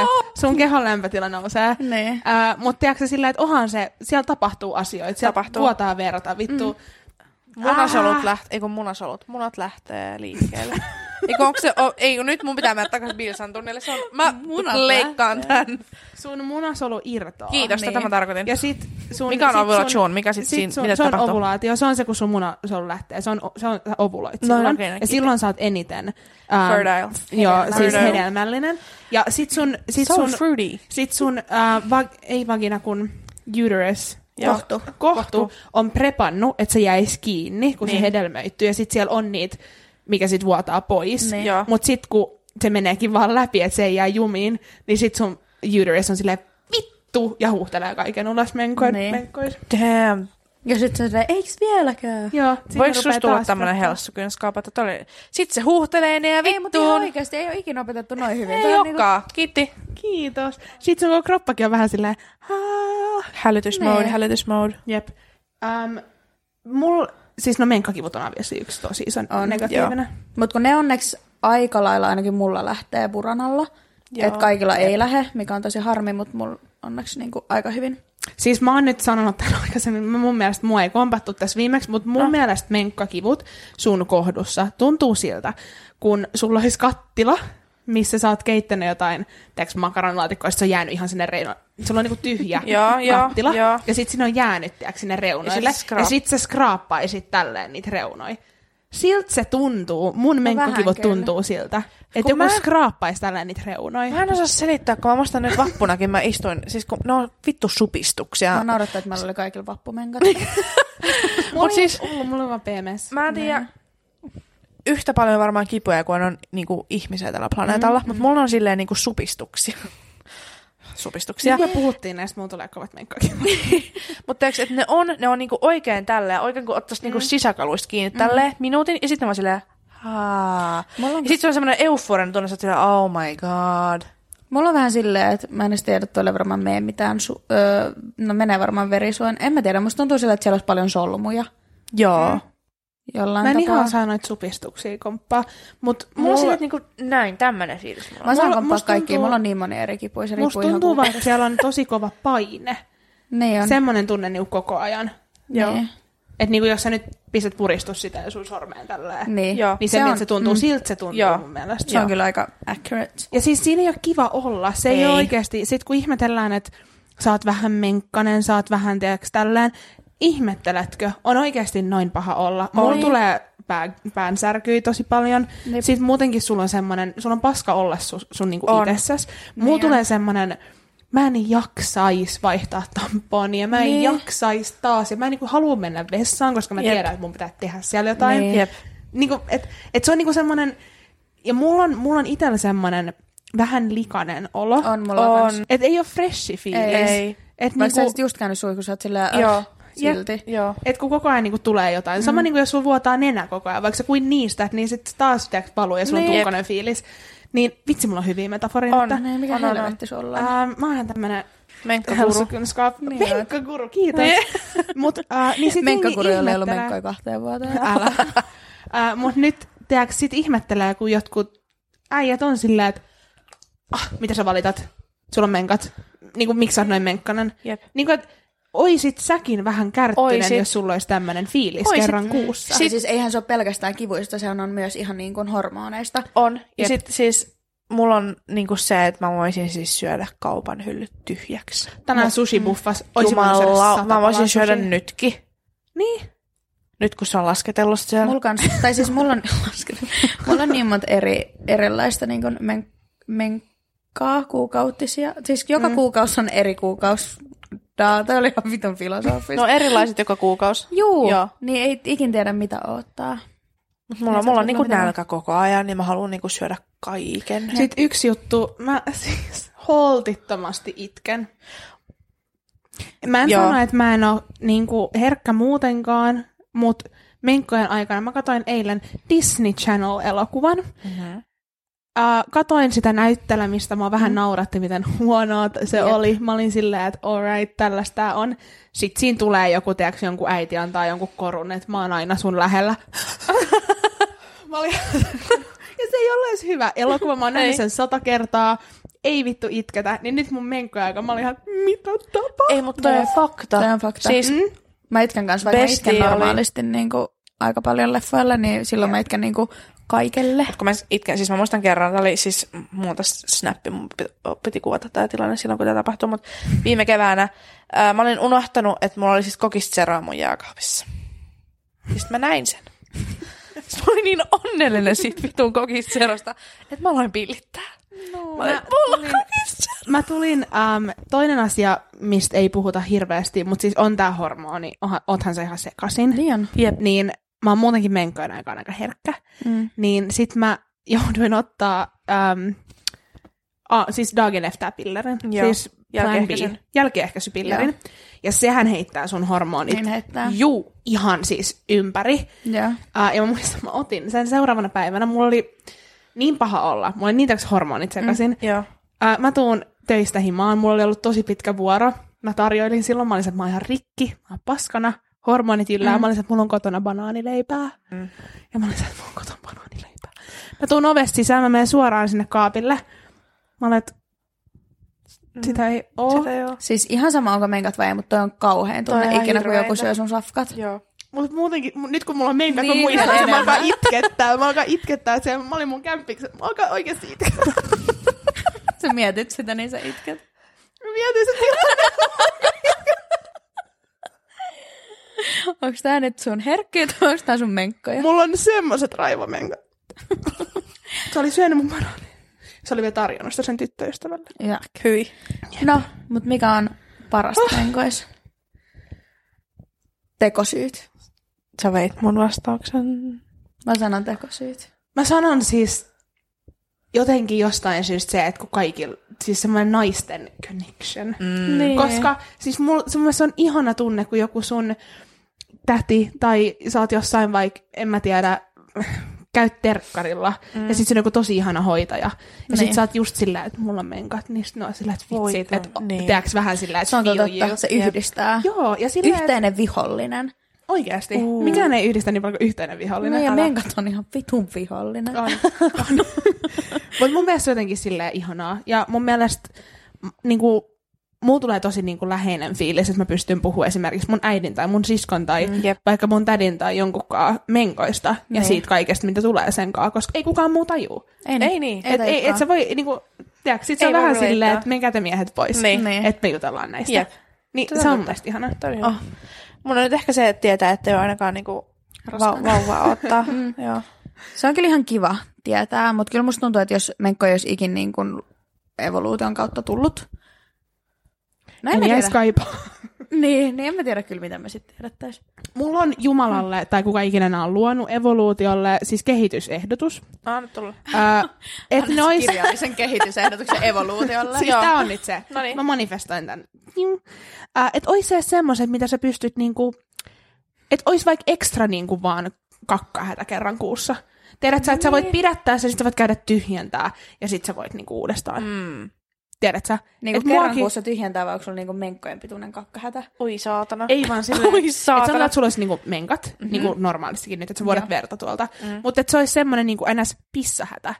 [SPEAKER 2] Sun kehon lämpötila nousee.
[SPEAKER 3] Mm.
[SPEAKER 1] Niin.
[SPEAKER 2] Äh, mutta tiedätkö sillä, että onhan se, siellä tapahtuu asioita. Siellä
[SPEAKER 3] Tapahtuu.
[SPEAKER 2] vuotaa verta, vittu. Mm.
[SPEAKER 3] Munasolut
[SPEAKER 2] Ah.
[SPEAKER 3] lähtee, ei kun munasolut, munat lähtee liikkeelle. Eikö onko se, o, ei kun nyt mun pitää mennä takaisin Bilsan tunnille, se on, mä
[SPEAKER 1] Munat
[SPEAKER 3] leikkaan tämän.
[SPEAKER 2] Sun munasolu irtoaa.
[SPEAKER 3] Kiitos,
[SPEAKER 1] Niin.
[SPEAKER 3] tätä mä tarkoitin.
[SPEAKER 2] Ja sit sun,
[SPEAKER 3] Mikä on
[SPEAKER 2] sit
[SPEAKER 3] ovulation?
[SPEAKER 2] sun-
[SPEAKER 3] Mikä sit siinä-
[SPEAKER 2] sun,
[SPEAKER 3] mitä
[SPEAKER 2] se on
[SPEAKER 3] tapahtuu?
[SPEAKER 2] ovulaatio, se on se, kun sun munasolu lähtee. Se on, se on sä ovuloit
[SPEAKER 3] No,
[SPEAKER 2] silloin.
[SPEAKER 3] okei,
[SPEAKER 2] ja
[SPEAKER 3] kiitos.
[SPEAKER 2] silloin sä oot eniten. ähm,
[SPEAKER 3] Fertile.
[SPEAKER 2] Joo, siis
[SPEAKER 3] Fertile.
[SPEAKER 2] hedelmällinen. Ja sit sun, sit
[SPEAKER 3] So
[SPEAKER 2] sun,
[SPEAKER 3] fruity.
[SPEAKER 2] sit sun äh, va, ei vagina, kun uterus.
[SPEAKER 3] Joo.
[SPEAKER 2] Kohtu. Kohtu on prepannut, että se jäisi kiinni, kun
[SPEAKER 3] Niin.
[SPEAKER 2] se hedelmöittyy. Ja sit siellä on niitä, mikä sit vuotaa pois.
[SPEAKER 1] Niin.
[SPEAKER 3] Joo.
[SPEAKER 2] Mut sit kun se meneekin vaan läpi, että se ei jää jumiin, niin sit sun uterus on silleen vittu ja huuhtelee kaiken ulos menkoin.
[SPEAKER 1] Niin.
[SPEAKER 2] menkoin.
[SPEAKER 3] Damn.
[SPEAKER 1] ja sitten se eiks vieläkään?
[SPEAKER 2] Joo,
[SPEAKER 3] Siinä Voiko susta tulla tämmönen helsukynskaapa, että oli... Sit se huuhtelee ne ja
[SPEAKER 1] Ei, mutta ihan
[SPEAKER 3] vittuun. Ei,
[SPEAKER 1] oikeasti ei ole ikinä opetettu noin hyvin.
[SPEAKER 3] ei
[SPEAKER 1] Tää on niinku-
[SPEAKER 3] olekaan. Kiitti.
[SPEAKER 2] Kiitos. Sitten sun koko kroppakin on vähän silleen, "Haa."
[SPEAKER 3] Hälytysmode,
[SPEAKER 1] Nee.
[SPEAKER 3] hälytysmode.
[SPEAKER 2] Jep. Um, mul, siis no menkkakivut on obviously yksi tosi iso
[SPEAKER 1] On,
[SPEAKER 2] negatiivinen.
[SPEAKER 1] Mutta kun ne onneksi aika lailla ainakin mulla lähtee puranalla.
[SPEAKER 3] Joo.
[SPEAKER 1] Että kaikilla ei lähe, mikä on tosi harmi, mutta mulla onneksi niinku aika hyvin.
[SPEAKER 2] Siis mä oon nyt sanonut tämän aikaisemmin, mä- mun mielestä mua ei kompattu tässä viimeksi, mutta mun no. mielestä menkkakivut sun kohdussa tuntuu siltä, kun sulla olisi kattila, missä sä oot keittänyt jotain, tiedätkö, makaronilaatikkoista, se on jäänyt ihan sinne reunoille. Sulla on niinku tyhjä
[SPEAKER 3] Joo, joo,
[SPEAKER 2] kattila,
[SPEAKER 3] joo.
[SPEAKER 2] ja sit sinne on jäänyt, tiedätkö, sinne reunoille.
[SPEAKER 3] Ja sit skraap-
[SPEAKER 2] Ja sit sä skraappaisit tälleen niitä reunoja. Siltä se tuntuu, mun menkkakivut
[SPEAKER 1] kyllä.
[SPEAKER 2] tuntuu siltä, että
[SPEAKER 3] No Kun
[SPEAKER 2] joku
[SPEAKER 3] mä-
[SPEAKER 2] mä... skraappaisi tälleen niitä reunoja.
[SPEAKER 3] Mä en osaa selittää, kun mä muistan nyt vappunakin mä istuin, siis kun ne on vittu supistuksia.
[SPEAKER 1] Mä naurattaa, että meillä oli kaikilla vappumenkat.
[SPEAKER 2] Mulla
[SPEAKER 3] Mut
[SPEAKER 2] ei
[SPEAKER 3] siis-
[SPEAKER 2] ollut, mulla on vaan PMS.
[SPEAKER 3] Mä en tiedä yhtä paljon varmaan kipuja kuin on niinku, ihmisiä tällä planeetalla, mm, mutta mulla on silleen niinku, supistuksia. supistuksia.
[SPEAKER 2] Nyt me puhuttiin näistä, mulla tulee kovat menkkakivut.
[SPEAKER 3] Mutta että ne on, ne on niinku, oikein tälleen, oikein kun ottaisi niinku, sisäkaluista kiinni tälleen minuutin, ja sitten mä oon silleen, haa.
[SPEAKER 1] Mulla on-
[SPEAKER 3] Ja sitten se on semmoinen euforinen tunne, että oh my god.
[SPEAKER 1] Mulla on vähän silleen, että mä en edes tiedä, tuolla ei varmaan mene mitään, su- öö, no menee varmaan verisuon. En mä tiedä, musta tuntuu siltä, että siellä olisi paljon solmuja
[SPEAKER 3] Joo. Mm.
[SPEAKER 1] jollain
[SPEAKER 2] Mä en
[SPEAKER 1] tapaa.
[SPEAKER 2] ihan saa noita supistuksia komppaa, mutta
[SPEAKER 3] Mulla on
[SPEAKER 2] mulla,
[SPEAKER 3] silleen niinku näin, tämmönen fiilis mulla.
[SPEAKER 1] Mä saan
[SPEAKER 2] Mulla-
[SPEAKER 1] komppaa
[SPEAKER 2] musta
[SPEAKER 1] kaikki,
[SPEAKER 2] tuntuu-
[SPEAKER 1] mulla on niin moni eri kipu, se riippuu
[SPEAKER 2] musta
[SPEAKER 1] ihan
[SPEAKER 2] tuntuu
[SPEAKER 1] kun-
[SPEAKER 2] vaan, että siellä on tosi kova paine.
[SPEAKER 1] Niin on.
[SPEAKER 2] Semmoinen tunne niinku koko ajan.
[SPEAKER 1] Niin.
[SPEAKER 2] Että niinku jos sä nyt pistät puristus sitä ja sun sormeen tällä, niin,
[SPEAKER 1] niin.
[SPEAKER 3] Joo.
[SPEAKER 2] niin
[SPEAKER 1] Se
[SPEAKER 2] se,
[SPEAKER 1] on-
[SPEAKER 2] miltä se tuntuu,
[SPEAKER 1] mm.
[SPEAKER 2] mm. siltä se tuntuu
[SPEAKER 3] Joo.
[SPEAKER 2] mun mielestä.
[SPEAKER 1] Se on kyllä aika accurate.
[SPEAKER 2] Ja siis siinä ei ole kiva olla. Se ei,
[SPEAKER 3] Ei.
[SPEAKER 2] ei ole oikeasti. Sitten kun ihmetellään, että sä oot vähän menkkanen, sä oot vähän tiedäks tällään, ihmetteletkö? On oikeasti noin paha olla.
[SPEAKER 1] Oi.
[SPEAKER 2] Mulla tulee pää, päänsärkyy tosi paljon.
[SPEAKER 1] Jep.
[SPEAKER 2] Sitten muutenkin sulla on semmoinen, sulla on paska olla sun, sun niinku
[SPEAKER 3] On.
[SPEAKER 2] itsessäs. Mulla
[SPEAKER 1] Niin
[SPEAKER 2] tulee semmoinen, mä en jaksais vaihtaa tamponia, mä en
[SPEAKER 1] Niin.
[SPEAKER 2] jaksais taas. Ja mä en niinku halua mennä vessaan, koska mä
[SPEAKER 3] Jep.
[SPEAKER 2] tiedän, että mun pitää tehdä siellä jotain
[SPEAKER 1] Niin.
[SPEAKER 3] Jep.
[SPEAKER 2] niinku, et, et se on niinku semmoinen, ja mulla on, mulla on itsellä semmoinen vähän likainen olo.
[SPEAKER 1] On mulla on.
[SPEAKER 3] On.
[SPEAKER 1] Kans.
[SPEAKER 2] Et ei ole freshi fiilis.
[SPEAKER 3] Ei.
[SPEAKER 1] Vaikka
[SPEAKER 2] Et,
[SPEAKER 1] sä
[SPEAKER 2] niinku,
[SPEAKER 1] olisit just käynyt suihkussa, oot sillä
[SPEAKER 3] Joo.
[SPEAKER 1] silti.
[SPEAKER 3] Joo.
[SPEAKER 2] et kun koko ajan niinku tulee jotain.
[SPEAKER 1] Mm.
[SPEAKER 2] Sama niinku jos sulla vuotaa nenä koko ajan, vaikka sä kuin niistä, niin sit taas tiedät, valuu ja sulla on
[SPEAKER 3] Niin.
[SPEAKER 2] tukkonen fiilis. Niin vitsi, mulla on hyviä metaforia.
[SPEAKER 3] On.
[SPEAKER 2] mutta-
[SPEAKER 1] Niin, mikä
[SPEAKER 3] On, on, on.
[SPEAKER 1] helvetti sulla on.
[SPEAKER 2] Ää, mä oon tämmönen
[SPEAKER 3] Menkkakuru.
[SPEAKER 2] hälsykunskaap.
[SPEAKER 1] Niin oot.
[SPEAKER 2] Menkkakuru, kiitos. Mut, äh, niin sit
[SPEAKER 1] Menkkakuri,
[SPEAKER 2] jengi
[SPEAKER 1] jolla ei ollut
[SPEAKER 2] ihmettelee.
[SPEAKER 1] menkkoja kahteen vuoteen.
[SPEAKER 2] Älä. Äh, Mut nyt, tiedäks, sit ihmettelee, kun jotkut äijät on silleen, että ah, mitä sä valitat? Sulla on menkat. Niin kuin, miksi sä oot noin menkkanen?
[SPEAKER 3] Jep.
[SPEAKER 2] Niin kuin, että oisit säkin vähän kärttinen,
[SPEAKER 3] Oisit.
[SPEAKER 2] jos sulla olisi tämmöinen fiilis
[SPEAKER 3] Oisit.
[SPEAKER 2] oisit. kerran kuussa.
[SPEAKER 1] Sit... Siis eihän se ole pelkästään kivuista, sehän on myös ihan niin kuin hormoneista.
[SPEAKER 3] On. Ja
[SPEAKER 1] Jep.
[SPEAKER 3] sit siis mulla on niinku se, että mä voisin siis syödä kaupan hyllyt tyhjäksi.
[SPEAKER 2] Tänään sushi buffas. Oisin voinut syödä
[SPEAKER 3] Jumala,
[SPEAKER 2] sata
[SPEAKER 3] mä voisin
[SPEAKER 2] palaa
[SPEAKER 3] syödä
[SPEAKER 2] sushia.
[SPEAKER 3] nytkin.
[SPEAKER 2] Niin.
[SPEAKER 3] Nyt kun se on lasketellut siellä.
[SPEAKER 1] Mulla kans, tai siis mulla on, mulla on niin monta eri, erilaista niin kuin men, menkkaa kuukautisia. Siis joka mm. kuukausi on eri kuukaus. Tää tää oli ihan vitun filosofista.
[SPEAKER 3] No erilaiset joka kuukausi.
[SPEAKER 1] Juu,
[SPEAKER 3] Joo.
[SPEAKER 1] niin ei ikin tiedä mitä odottaa.
[SPEAKER 3] Mut mulla,
[SPEAKER 1] Niin,
[SPEAKER 3] mulla
[SPEAKER 1] sä
[SPEAKER 3] on niinku
[SPEAKER 1] oot vähän-
[SPEAKER 3] nälkä koko ajan, niin mä haluan niinku syödä kaiken.
[SPEAKER 2] Sitten yksi juttu, mä siis holtittomasti itken. Mä en
[SPEAKER 3] Joo.
[SPEAKER 2] Joo. sano, että mä en ole niinku herkkä muutenkaan, mutta menkkojen aikana mä katsoin eilen Disney Channel-elokuvan.
[SPEAKER 3] Mhm.
[SPEAKER 2] Äh, katoin sitä näyttelemistä, mua vähän
[SPEAKER 3] Mm.
[SPEAKER 2] nauratti, miten huonoa t- se
[SPEAKER 1] Jep.
[SPEAKER 2] oli. Mä olin silleen, että alright, tällaista tää on. Sitten siinä tulee joku, tiedätkö, jonkun äiti antaa jonkun korun, että mä oon aina sun lähellä. mä olin... ja se ei ollut edes hyvä elokuva, mä oon
[SPEAKER 3] Ei.
[SPEAKER 2] nähnyt sen sata kertaa. Ei vittu itketä, niin nyt mun menkkoja aika, mä olin ihan, mitä tapahtuu?
[SPEAKER 3] Ei, mutta toi on
[SPEAKER 1] Joo.
[SPEAKER 3] fakta.
[SPEAKER 1] Toi on fakta.
[SPEAKER 3] Siis
[SPEAKER 2] Mm?
[SPEAKER 1] Mä itken kanssa, vaikka mä
[SPEAKER 3] Bestie
[SPEAKER 1] itken
[SPEAKER 3] oli-
[SPEAKER 1] normaalisti niin kuin, aika paljon leffoilla, niin silloin mä itken niin kuin, kaikelle.
[SPEAKER 3] kun mä itken, siis mä muistan kerran, tämä oli siis muuta snappi, mun piti, piti kuvata tämä tilanne silloin, kun tämä tapahtui, mutta viime keväänä ää, mä olin unohtanut, että mulla oli siis kokistseraa mun jääkaapissa. Ja sitten mä näin sen. Sitten mä olin niin onnellinen siitä vitun kokistserasta, että mä aloin pillittää.
[SPEAKER 2] No,
[SPEAKER 3] Mä olin,
[SPEAKER 2] mä-
[SPEAKER 3] mulla on kokistseraa.
[SPEAKER 2] Mä tulin, äm, toinen asia, mistä ei puhuta hirveästi, mutta siis on tää hormoni, Oha- oothan se ihan sekasin.
[SPEAKER 1] Niin on.
[SPEAKER 2] Jep. Niin mä oon muutenkin menkkojen aikaan aika herkkä.
[SPEAKER 1] Mm.
[SPEAKER 2] Niin sit mä jouduin ottaa, äm, a, siis Dagenef-täpillerin.
[SPEAKER 3] Joo.
[SPEAKER 2] Siis Plan B,
[SPEAKER 3] Jälkiehkäisyn.
[SPEAKER 2] jälkiehkäisypillerin. Ja sehän heittää sun hormonit.
[SPEAKER 1] Niin heittää.
[SPEAKER 2] Juu, ihan siis ympäri.
[SPEAKER 1] Joo.
[SPEAKER 2] Uh, ja mä muistan, mä otin sen seuraavana päivänä. Mulla oli niin paha olla. Mulla oli niitäks hormonit sekaisin.
[SPEAKER 3] Joo.
[SPEAKER 2] Ää, mä tuun töistä himaan, mulla oli ollut tosi pitkä vuoro. Mä tarjoilin silloin, mä olin, se, että mä oon ihan rikki, mä oon paskana, hormonit yllää. Mm. Mä olin, se, että mulla on kotona banaanileipää.
[SPEAKER 3] Mm.
[SPEAKER 2] Mm. Ja mä olin, se, että mulla on kotona banaanileipää. Mä tuun ovesta sisään, mä menen suoraan sinne kaapille. Mä olen, että Mm. sitä ei oo.
[SPEAKER 3] Sitä joo.
[SPEAKER 1] Siis ihan sama, onko menkat vai ei, mutta toi on kauhean
[SPEAKER 3] Toi on
[SPEAKER 1] tunne
[SPEAKER 3] ihan
[SPEAKER 1] ikinä, kun
[SPEAKER 3] hirveetä.
[SPEAKER 1] joku syö sun safkat.
[SPEAKER 3] Joo.
[SPEAKER 2] Mutta muutenkin, mu- nyt kun mulla on meitä, niin,
[SPEAKER 1] Niin,
[SPEAKER 2] mä muistan, että mä
[SPEAKER 1] enemmän.
[SPEAKER 2] alkaa itkettää. Mä alkaa itkettää, että mä olin mun kämppiksi. Mä alkaa oikeasti itkettää.
[SPEAKER 1] Sä mietit sitä, niin sä itket.
[SPEAKER 2] Mä mietin se tilanne.
[SPEAKER 1] Onko tää nyt sun herkkyyt vai onko tää sun menkkoja?
[SPEAKER 2] Mulla on semmoset raivomenkat. se oli syönyt mun banaanin. Se oli vielä tarjonnut sitä sen tyttöystävälle.
[SPEAKER 1] Ja.
[SPEAKER 3] Hyi.
[SPEAKER 1] No, mut mikä on parasta oh. menkois? Tekosyyt.
[SPEAKER 3] Sä veit mun vastauksen.
[SPEAKER 1] Mä sanon tekosyyt.
[SPEAKER 2] Mä sanon siis jotenkin jostain syystä se, että kun kaikilla, siis semmoinen naisten connection.
[SPEAKER 3] Mm.
[SPEAKER 1] Niin.
[SPEAKER 2] Koska siis mul, se, mun mielestä se on ihana tunne, kun joku sun täti tai sä oot jossain vaikka, en mä tiedä, käy terkkarilla. Mm. Ja sit se on joku tosi ihana hoitaja. Ja
[SPEAKER 1] Niin.
[SPEAKER 2] sit sä oot just sillä, että mulla on menkat, niin sit ne on sillä, että
[SPEAKER 3] Voi
[SPEAKER 2] vitsit,
[SPEAKER 3] on,
[SPEAKER 2] että
[SPEAKER 3] niin.
[SPEAKER 2] niin. vähän sillä, että
[SPEAKER 1] Se on totta,
[SPEAKER 2] feel you.
[SPEAKER 1] se yhdistää.
[SPEAKER 2] Joo, ja sillä, että
[SPEAKER 1] Yhteinen vihollinen.
[SPEAKER 2] oikeasti.
[SPEAKER 3] Uu.
[SPEAKER 2] Mikään ei yhdistä niin paljon kuin yhteinen vihollinen. Ah.
[SPEAKER 1] No ja
[SPEAKER 2] Älä-
[SPEAKER 1] menkat on ihan vitun vihollinen.
[SPEAKER 2] On. on. Mutta mun mielestä se on jotenkin silleen ihanaa. Ja mun mielestä m- niinku, mulla tulee tosi niinku läheinen fiilis, että mä pystyn puhumaan esimerkiksi mun äidin tai mun siskon tai mm.
[SPEAKER 3] Jep.
[SPEAKER 2] vaikka mun tädin tai jonkunkaan menkoista ja
[SPEAKER 1] Niin.
[SPEAKER 2] siitä kaikesta, mitä tulee senkaan, koska ei kukaan muu tajuu.
[SPEAKER 1] Ei,
[SPEAKER 3] Ei niin.
[SPEAKER 2] Et, ei, et sä voi, niinku, tiedätkö, sit se
[SPEAKER 3] Ei
[SPEAKER 2] on
[SPEAKER 3] voi
[SPEAKER 2] vähän
[SPEAKER 3] relatea.
[SPEAKER 2] silleen, että menkää te miehet pois,
[SPEAKER 3] Niin.
[SPEAKER 1] Niin.
[SPEAKER 2] että me jutellaan näistä.
[SPEAKER 3] Jep.
[SPEAKER 2] Niin,
[SPEAKER 3] Tätä
[SPEAKER 2] se on
[SPEAKER 3] totta.
[SPEAKER 2] mun mielestä ihanaa.
[SPEAKER 3] Toi
[SPEAKER 1] Oh.
[SPEAKER 3] oh. Mun on nyt ehkä se, että tietää, että ei ole ainakaan niinku va-
[SPEAKER 1] Raskaana.
[SPEAKER 3] vauvaa ottaa. mm. Joo.
[SPEAKER 1] Se on kyllä ihan kiva tietää, mutta kyllä musta tuntuu, että jos menkko ei olisi ikin niin kuin evoluution kautta tullut. No en mä
[SPEAKER 2] Niin jäi
[SPEAKER 1] tiedä.
[SPEAKER 2] Skypea.
[SPEAKER 1] Niin, niin en mä tiedä kyllä, mitä me sitten tiedettäisiin.
[SPEAKER 2] Mulla on Jumalalle,
[SPEAKER 3] Hmm.
[SPEAKER 2] tai kuka ikinä nää on luonut evoluutiolle, siis kehitysehdotus.
[SPEAKER 3] No, Anna tulla.
[SPEAKER 2] Öö, et ne ois...
[SPEAKER 1] kirjallisen kehitysehdotuksen evoluutiolle.
[SPEAKER 2] Siis
[SPEAKER 3] Joo.
[SPEAKER 2] tää on nyt se.
[SPEAKER 3] No niin.
[SPEAKER 2] Mä manifestoin tän. Äh, et ois se semmoset, mitä sä pystyt niinku... Et ois vaikka ekstra niinku vaan kakkahätä kerran kuussa. Tiedät sä, että sä voit pidättää sen, sit sä voit käydä tyhjentää, ja sit sä voit niinku uudestaan. Mm.
[SPEAKER 3] Mm. Niinku
[SPEAKER 2] Tiedät sä?
[SPEAKER 1] Niin
[SPEAKER 2] et
[SPEAKER 1] kuin kerran
[SPEAKER 2] muakin-
[SPEAKER 1] kuussa tyhjentää, vai onko sulla niinku menkkojen pituinen kakkahätä?
[SPEAKER 3] Oi saatana.
[SPEAKER 2] Ei vaan silleen,
[SPEAKER 3] Oi
[SPEAKER 2] että
[SPEAKER 3] saatana. Mhm.
[SPEAKER 2] sanotaan, että sulla olisi niinku menkat, mm-hmm. niinku normaalistikin nyt, että sä vuodat
[SPEAKER 1] Joo.
[SPEAKER 2] verta tuolta.
[SPEAKER 3] Mm.
[SPEAKER 2] Mm. Mutta että se olisi semmoinen niinku ns. pissahätä.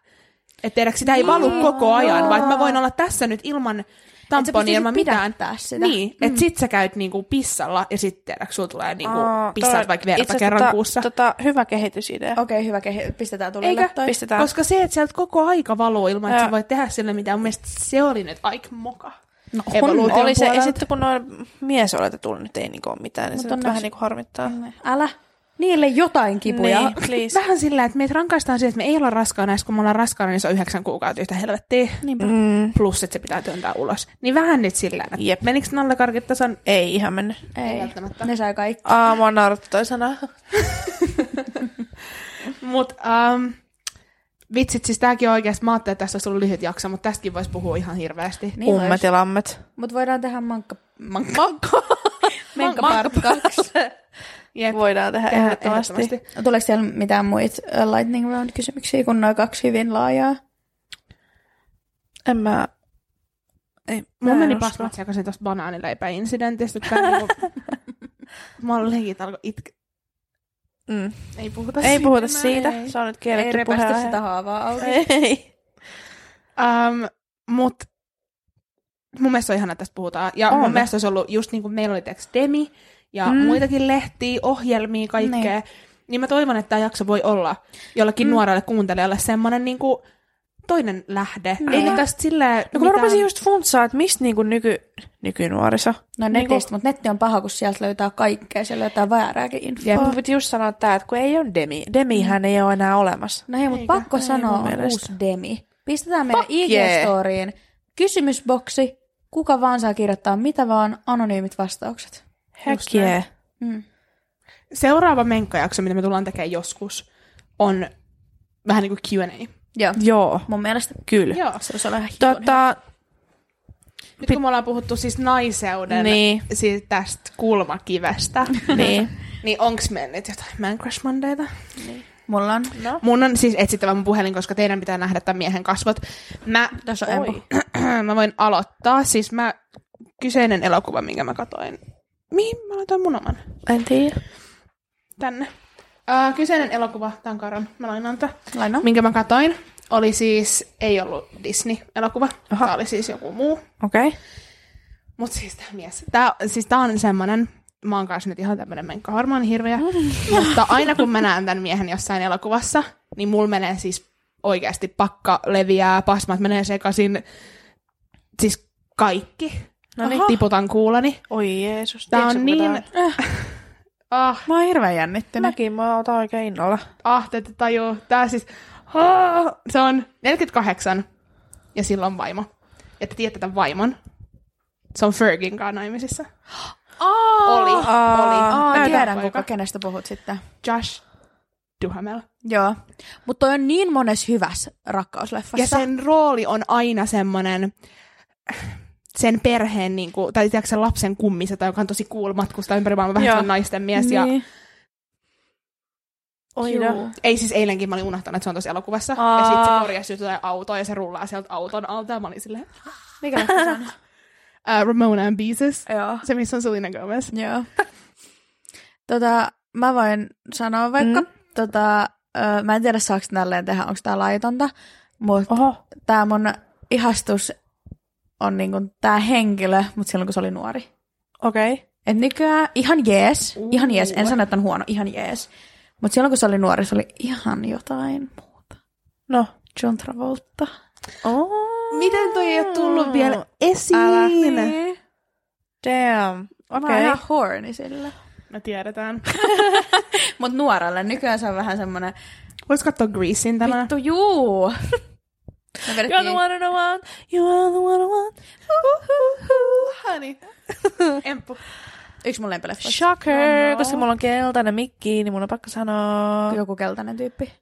[SPEAKER 2] Että tiedätkö, sitä ei
[SPEAKER 1] Niin.
[SPEAKER 2] valu koko ajan, vaan että mä voin
[SPEAKER 1] Joo.
[SPEAKER 2] olla tässä nyt ilman
[SPEAKER 1] sä
[SPEAKER 2] tamponia,
[SPEAKER 1] pystyisit
[SPEAKER 2] ilman mitään.
[SPEAKER 1] pidättää sitä.
[SPEAKER 2] Niin, mm. että sit sä käyt niinku pissalla ja sit tiedätkö, sulla tulee niinku
[SPEAKER 3] Aa,
[SPEAKER 2] pissaat
[SPEAKER 3] toi-
[SPEAKER 2] vaikka verta
[SPEAKER 3] itse
[SPEAKER 2] kerran
[SPEAKER 3] tota,
[SPEAKER 2] kuussa.
[SPEAKER 3] Tota, hyvä kehitysidea.
[SPEAKER 1] Okei, hyvä. Kehi- pistetään tulille
[SPEAKER 2] Eikö?
[SPEAKER 1] toi.
[SPEAKER 3] Pistetään.
[SPEAKER 2] Koska se, että sieltä koko aika valuu ilman, että
[SPEAKER 3] Joo.
[SPEAKER 2] sä voit tehdä sillä mitään, mun mielestä se oli nyt aika moka.
[SPEAKER 1] No,
[SPEAKER 2] Evoluutio.
[SPEAKER 3] oli se, ja
[SPEAKER 2] puolelta.
[SPEAKER 3] sitten kun noin mies oletetulla nyt ei niinku ole mitään, niin
[SPEAKER 1] Mut
[SPEAKER 3] se
[SPEAKER 1] on
[SPEAKER 3] nyt
[SPEAKER 1] nais-
[SPEAKER 3] vähän niinku harmittaa.
[SPEAKER 1] Älä. Niille jotain kipuja.
[SPEAKER 3] Niin, please.
[SPEAKER 2] Vähän sillä, että meitä rankaistaan siitä, että me ei olla raskaana, ja sit kun me ollaan raskaana, niin se on yhdeksän kuukautta yhtä helvettiä.
[SPEAKER 1] Niinpä.
[SPEAKER 3] Mm.
[SPEAKER 2] plus, että se pitää työntää ulos. Niin vähän nyt sillä että
[SPEAKER 3] Jep.
[SPEAKER 2] menikö nallakarkit tasan?
[SPEAKER 3] Ei ihan mennyt.
[SPEAKER 1] Ei,
[SPEAKER 2] välttämättä.
[SPEAKER 1] ne sai kaikki.
[SPEAKER 3] Aa, mua naurattu toi sana.
[SPEAKER 2] Mut um, vitsit, siis tääkin on oikeasti, mä ajattelin, että tästä olisi ollut lyhyt jakso, mutta tästäkin voisi puhua ihan hirveästi.
[SPEAKER 1] Niin
[SPEAKER 3] Ummet ja lammet.
[SPEAKER 1] Mutta voidaan tehdä mankka... Mankka.
[SPEAKER 3] Makko.
[SPEAKER 1] Mankka part kaksi.
[SPEAKER 2] Jep,
[SPEAKER 3] Voidaan tehdä
[SPEAKER 2] tehdään
[SPEAKER 3] ehdottomasti.
[SPEAKER 2] ehdottomasti.
[SPEAKER 1] Niin. Tuleeko siellä mitään muita ö, lightning round kysymyksiä, kun noin kaksi hyvin laajaa?
[SPEAKER 3] En mä... Ei,
[SPEAKER 2] Mulla
[SPEAKER 3] mä en
[SPEAKER 2] meni
[SPEAKER 3] usko.
[SPEAKER 2] pasmat sekaisin tuosta banaanileipäinsidentistä. että tää niinku- Mä olen leikit alkoi itke.
[SPEAKER 3] Mm.
[SPEAKER 2] Ei puhuta
[SPEAKER 3] Ei puhuta
[SPEAKER 2] enää.
[SPEAKER 3] siitä.
[SPEAKER 2] Ei.
[SPEAKER 3] Se on nyt
[SPEAKER 1] Ei
[SPEAKER 3] kielletty
[SPEAKER 1] repästä
[SPEAKER 3] puheenaihe.
[SPEAKER 1] sitä haavaa auki.
[SPEAKER 3] Ei.
[SPEAKER 2] Um, mut mun mielestä on ihana, että tästä puhutaan. Ja
[SPEAKER 3] On.
[SPEAKER 2] on. mun mielestä olisi ollut just niin kuin meillä oli teks Demi ja
[SPEAKER 3] Mm.
[SPEAKER 2] mm. muitakin lehtiä, ohjelmia, kaikkea. Niin. niin mä toivon, että tämä jakso voi olla jollekin
[SPEAKER 1] Mm.
[SPEAKER 2] mm. nuorelle kuuntelijalle semmoinen niin kuin toinen lähde.
[SPEAKER 1] Niin.
[SPEAKER 2] Niin. Ei nyt tästä silleen
[SPEAKER 3] No kun mä
[SPEAKER 2] mitään-
[SPEAKER 3] rupesin just funtsaa, että mistä niinku nyky, nykynuoriso.
[SPEAKER 1] No
[SPEAKER 3] Niinku-
[SPEAKER 1] netistä, mutta netti on paha, kun sieltä löytää kaikkea. Siellä löytää väärääkin infoa.
[SPEAKER 3] Mun piti just sanoa tää, että kun ei ole Demi. Demihän ei ole enää olemassa.
[SPEAKER 1] No hei, mutta
[SPEAKER 2] Eikö?
[SPEAKER 1] pakko
[SPEAKER 2] Ei
[SPEAKER 1] sanoa
[SPEAKER 3] mun
[SPEAKER 1] on
[SPEAKER 3] mielestä.
[SPEAKER 1] uusi demi. Pistetään meidän
[SPEAKER 3] Fuck yeah.
[SPEAKER 1] IG-storiin kysymysboksi. Kuka vaan saa kirjoittaa mitä vaan, anonyymit vastaukset.
[SPEAKER 3] Heck yeah.
[SPEAKER 1] Mm.
[SPEAKER 2] Seuraava menkkajakso, mitä me tullaan tekemään joskus, on vähän niin kuin Q&A.
[SPEAKER 1] Joo,
[SPEAKER 3] Joo,
[SPEAKER 1] mun mielestä
[SPEAKER 3] kyllä.
[SPEAKER 2] Joo.
[SPEAKER 1] se olisi olla ihan hikoinen.
[SPEAKER 3] Tota,
[SPEAKER 2] Nyt kun me ollaan puhuttu siis naiseuden
[SPEAKER 3] Niin.
[SPEAKER 2] siis tästä kulmakivestä,
[SPEAKER 3] niin.
[SPEAKER 2] niin onks meillä nyt jotain Man Crush Mondayta?
[SPEAKER 1] Niin. Mulla on.
[SPEAKER 3] No.
[SPEAKER 2] Mun on siis etsittävä mun puhelin, koska teidän pitää nähdä tämän miehen kasvot. Mä,
[SPEAKER 1] Tässä on Emma.
[SPEAKER 2] mä voin aloittaa. Siis mä, kyseinen elokuva, minkä mä katoin. Mihin mä laitoin mun oman?
[SPEAKER 3] En tiedä.
[SPEAKER 2] Tänne. Uh, kyseinen elokuva, tää on Karon, mä lainaan tää.
[SPEAKER 1] Laino.
[SPEAKER 2] Minkä mä katoin, oli siis, ei ollut Disney-elokuva.
[SPEAKER 3] Aha.
[SPEAKER 2] Tää oli siis joku muu.
[SPEAKER 3] Okei. Okay.
[SPEAKER 2] Mut siis tää mies. Tää, siis tää on semmonen, mä oon kanssa nyt ihan tämmönen menkka harmaan hirveä. mutta aina kun mä näen tämän miehen jossain elokuvassa, niin mulla menee siis oikeasti pakka leviää, pasmat menee sekaisin. Siis kaikki.
[SPEAKER 3] No niin.
[SPEAKER 2] Aha. Tiputan kuulani.
[SPEAKER 3] Oi Jeesus.
[SPEAKER 2] Tää
[SPEAKER 3] tiedätkö,
[SPEAKER 2] on
[SPEAKER 3] kuka tää
[SPEAKER 2] niin...
[SPEAKER 3] Äh.
[SPEAKER 2] Ah,
[SPEAKER 1] Mä oon hirveän jännittynyt.
[SPEAKER 3] Mäkin mä otan oikein innolla.
[SPEAKER 2] ah, te ette tajuu. Tää siis... Ah, se on 48 ja sillä on vaimo. Ja te tiedätte tämän vaimon. Se on Fergin kanssa naimisissa. Oli, oli.
[SPEAKER 1] Aa,
[SPEAKER 2] Näytä,
[SPEAKER 1] tiedän,
[SPEAKER 2] poika.
[SPEAKER 1] kuka, kenestä puhut sitten.
[SPEAKER 2] Josh Duhamel.
[SPEAKER 1] Joo. Mutta toi on niin mones hyvässä rakkausleffassa.
[SPEAKER 2] Ja sen rooli on aina semmoinen sen perheen, niin kuin, tai tiedätkö, sen lapsen
[SPEAKER 3] Niin,
[SPEAKER 2] kummisa, tai joka on tosi cool matkustaa ympäri maailmaa, vähän
[SPEAKER 3] Joo.
[SPEAKER 2] se on naisten mies. Ja,
[SPEAKER 3] Oida.
[SPEAKER 1] Niin. Juu.
[SPEAKER 2] Ei siis eilenkin mä olin unohtanut, että se on tuossa elokuvassa. Ja
[SPEAKER 3] Aa.
[SPEAKER 2] sit se korjasi jotain autoa ja se rullaa sieltä auton alta. Ja mä olin silleen,
[SPEAKER 3] Mikä leffa se on?
[SPEAKER 2] uh, Ramona and Beezus.
[SPEAKER 1] Joo.
[SPEAKER 2] Se, missä on Selena Gomez.
[SPEAKER 1] Joo. tota, mä voin sanoa vaikka,
[SPEAKER 3] Mm.
[SPEAKER 1] mm. tota, ö, mä en tiedä saaks tälleen tehdä, onko tää laitonta, mutta oh.
[SPEAKER 3] Oho.
[SPEAKER 1] tää mun ihastus on niinku tää henkilö, mutta silloin kun se oli nuori.
[SPEAKER 3] Okei. Okay.
[SPEAKER 1] Et nykyään ihan jees,
[SPEAKER 2] Uu.
[SPEAKER 1] ihan jees, en sano, että on huono, ihan jees. Mutta silloin kun se oli nuori, se oli ihan jotain muuta.
[SPEAKER 3] No.
[SPEAKER 1] John Travolta.
[SPEAKER 3] Oh.
[SPEAKER 2] Miten toi ei ole tullut vielä esiin?
[SPEAKER 3] Älä. Damn.
[SPEAKER 1] Mä oon
[SPEAKER 3] Okei.
[SPEAKER 1] ihan
[SPEAKER 3] Okay.
[SPEAKER 1] horny sillä.
[SPEAKER 2] Me tiedetään.
[SPEAKER 1] Mut nuorelle nykyään se on vähän semmonen,
[SPEAKER 2] Voisi katsoa Greasin tänään.
[SPEAKER 1] vittu juu. Me
[SPEAKER 3] You're the
[SPEAKER 1] vedettiin-
[SPEAKER 3] one and the one. You are the one and one.
[SPEAKER 2] Honey. Emppu.
[SPEAKER 1] Yksi mun lempileffoista.
[SPEAKER 3] Shocker.
[SPEAKER 2] Oh no.
[SPEAKER 3] Koska mulla on keltainen mikki, niin mun on pakko sanoa.
[SPEAKER 1] joku keltainen tyyppi.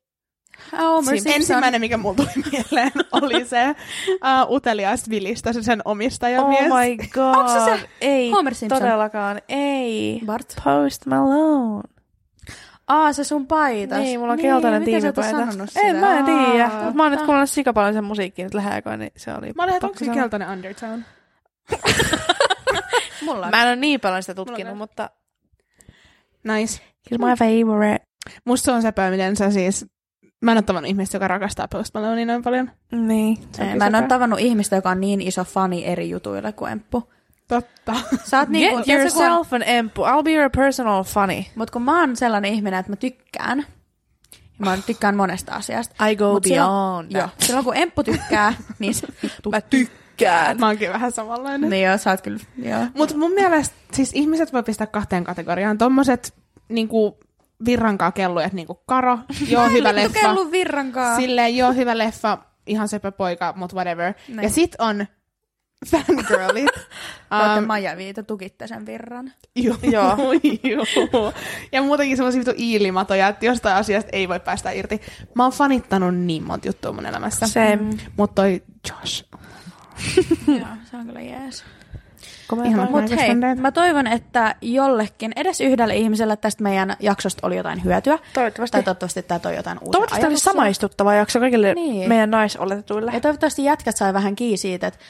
[SPEAKER 1] Homer
[SPEAKER 2] Sim. Siis Ensimmäinen, mikä mulla tuli mieleen, oli se uh, uteliaista vilistä, se sen omistajamies.
[SPEAKER 3] Oh my god.
[SPEAKER 1] Onks se se
[SPEAKER 3] Ei,
[SPEAKER 1] Homer Simpson?
[SPEAKER 3] todellakaan. Ei.
[SPEAKER 1] Bart.
[SPEAKER 3] Post Malone.
[SPEAKER 1] Aa, se sun paita.
[SPEAKER 3] Niin, mulla on niin, keltainen
[SPEAKER 1] miten sä et oo
[SPEAKER 3] tiimipaita.
[SPEAKER 1] sanonut sitä?
[SPEAKER 3] En mä en tiedä.
[SPEAKER 2] Aa.
[SPEAKER 3] Mut Mä oon nyt kuunnellut sika paljon sen musiikkiin nyt lähiaikoina, niin se oli
[SPEAKER 2] Mä olen, että
[SPEAKER 3] pakko
[SPEAKER 2] onko se
[SPEAKER 3] sanoa.
[SPEAKER 2] keltainen Undertone?
[SPEAKER 1] Mulla on.
[SPEAKER 3] Mä en ole niin paljon sitä
[SPEAKER 2] Mulla
[SPEAKER 3] tutkinut,
[SPEAKER 2] on
[SPEAKER 3] mutta
[SPEAKER 2] Nice.
[SPEAKER 3] he's my favorite.
[SPEAKER 2] Musta se on sepä, miten sä siis... Mä en ole tavannut ihmistä, joka rakastaa Post Malonea noin paljon.
[SPEAKER 3] Niin.
[SPEAKER 2] Se on
[SPEAKER 1] Ei, mä en ole
[SPEAKER 2] sepä.
[SPEAKER 1] tavannut ihmistä, joka on niin iso fani eri jutuille kuin Emppu.
[SPEAKER 2] Totta.
[SPEAKER 1] Sä oot niin
[SPEAKER 3] Get
[SPEAKER 1] kuin, yourself.
[SPEAKER 3] yourself an empu. I'll be your personal funny.
[SPEAKER 1] Mut kun mä oon sellainen ihminen, että mä tykkään, ja mä tykkään monesta asiasta.
[SPEAKER 3] I go
[SPEAKER 1] Mut
[SPEAKER 3] beyond.
[SPEAKER 1] Silloin, joo, silloin kun Emppu tykkää, niin se, mä
[SPEAKER 3] tykkään.
[SPEAKER 2] Mä oonkin vähän samanlainen.
[SPEAKER 1] Niin joo, sä oot kyllä, joo.
[SPEAKER 2] Mutta mun mielestä siis ihmiset voi pistää kahteen kategoriaan. Tommoset niinku virrankaa kellujat, niinku Karo, joo hyvä leffa.
[SPEAKER 1] Tukellut virrankaan.
[SPEAKER 2] Silleen, joo hyvä leffa, ihan söpö poika, mut whatever.
[SPEAKER 1] Näin.
[SPEAKER 2] Ja sit on fangirlit.
[SPEAKER 1] Te
[SPEAKER 3] Ähm.
[SPEAKER 2] Um,
[SPEAKER 1] Majaviita tukitte sen virran.
[SPEAKER 2] Joo.
[SPEAKER 3] Joo.
[SPEAKER 2] joo. Ja muutenkin semmoisia vittu iilimatoja, että jostain asiasta ei voi päästä irti. Mä oon fanittanut niin monta juttua mun elämässä.
[SPEAKER 3] Same.
[SPEAKER 2] Mut toi Josh.
[SPEAKER 1] joo, se on kyllä jees.
[SPEAKER 2] Ihan
[SPEAKER 1] Mut
[SPEAKER 2] Markus
[SPEAKER 1] hei,
[SPEAKER 2] Lundeen.
[SPEAKER 1] mä toivon, että jollekin, edes yhdelle ihmiselle tästä meidän jaksosta oli jotain hyötyä.
[SPEAKER 3] Toivottavasti.
[SPEAKER 1] Tai toivottavasti tämä toi jotain uusia
[SPEAKER 3] Toivottavasti tämä oli
[SPEAKER 1] ajatuksia.
[SPEAKER 3] samaistuttava jakso kaikille
[SPEAKER 1] Niin.
[SPEAKER 3] meidän naisoletetuille.
[SPEAKER 1] Ja toivottavasti jätkät sai vähän kiinni siitä, että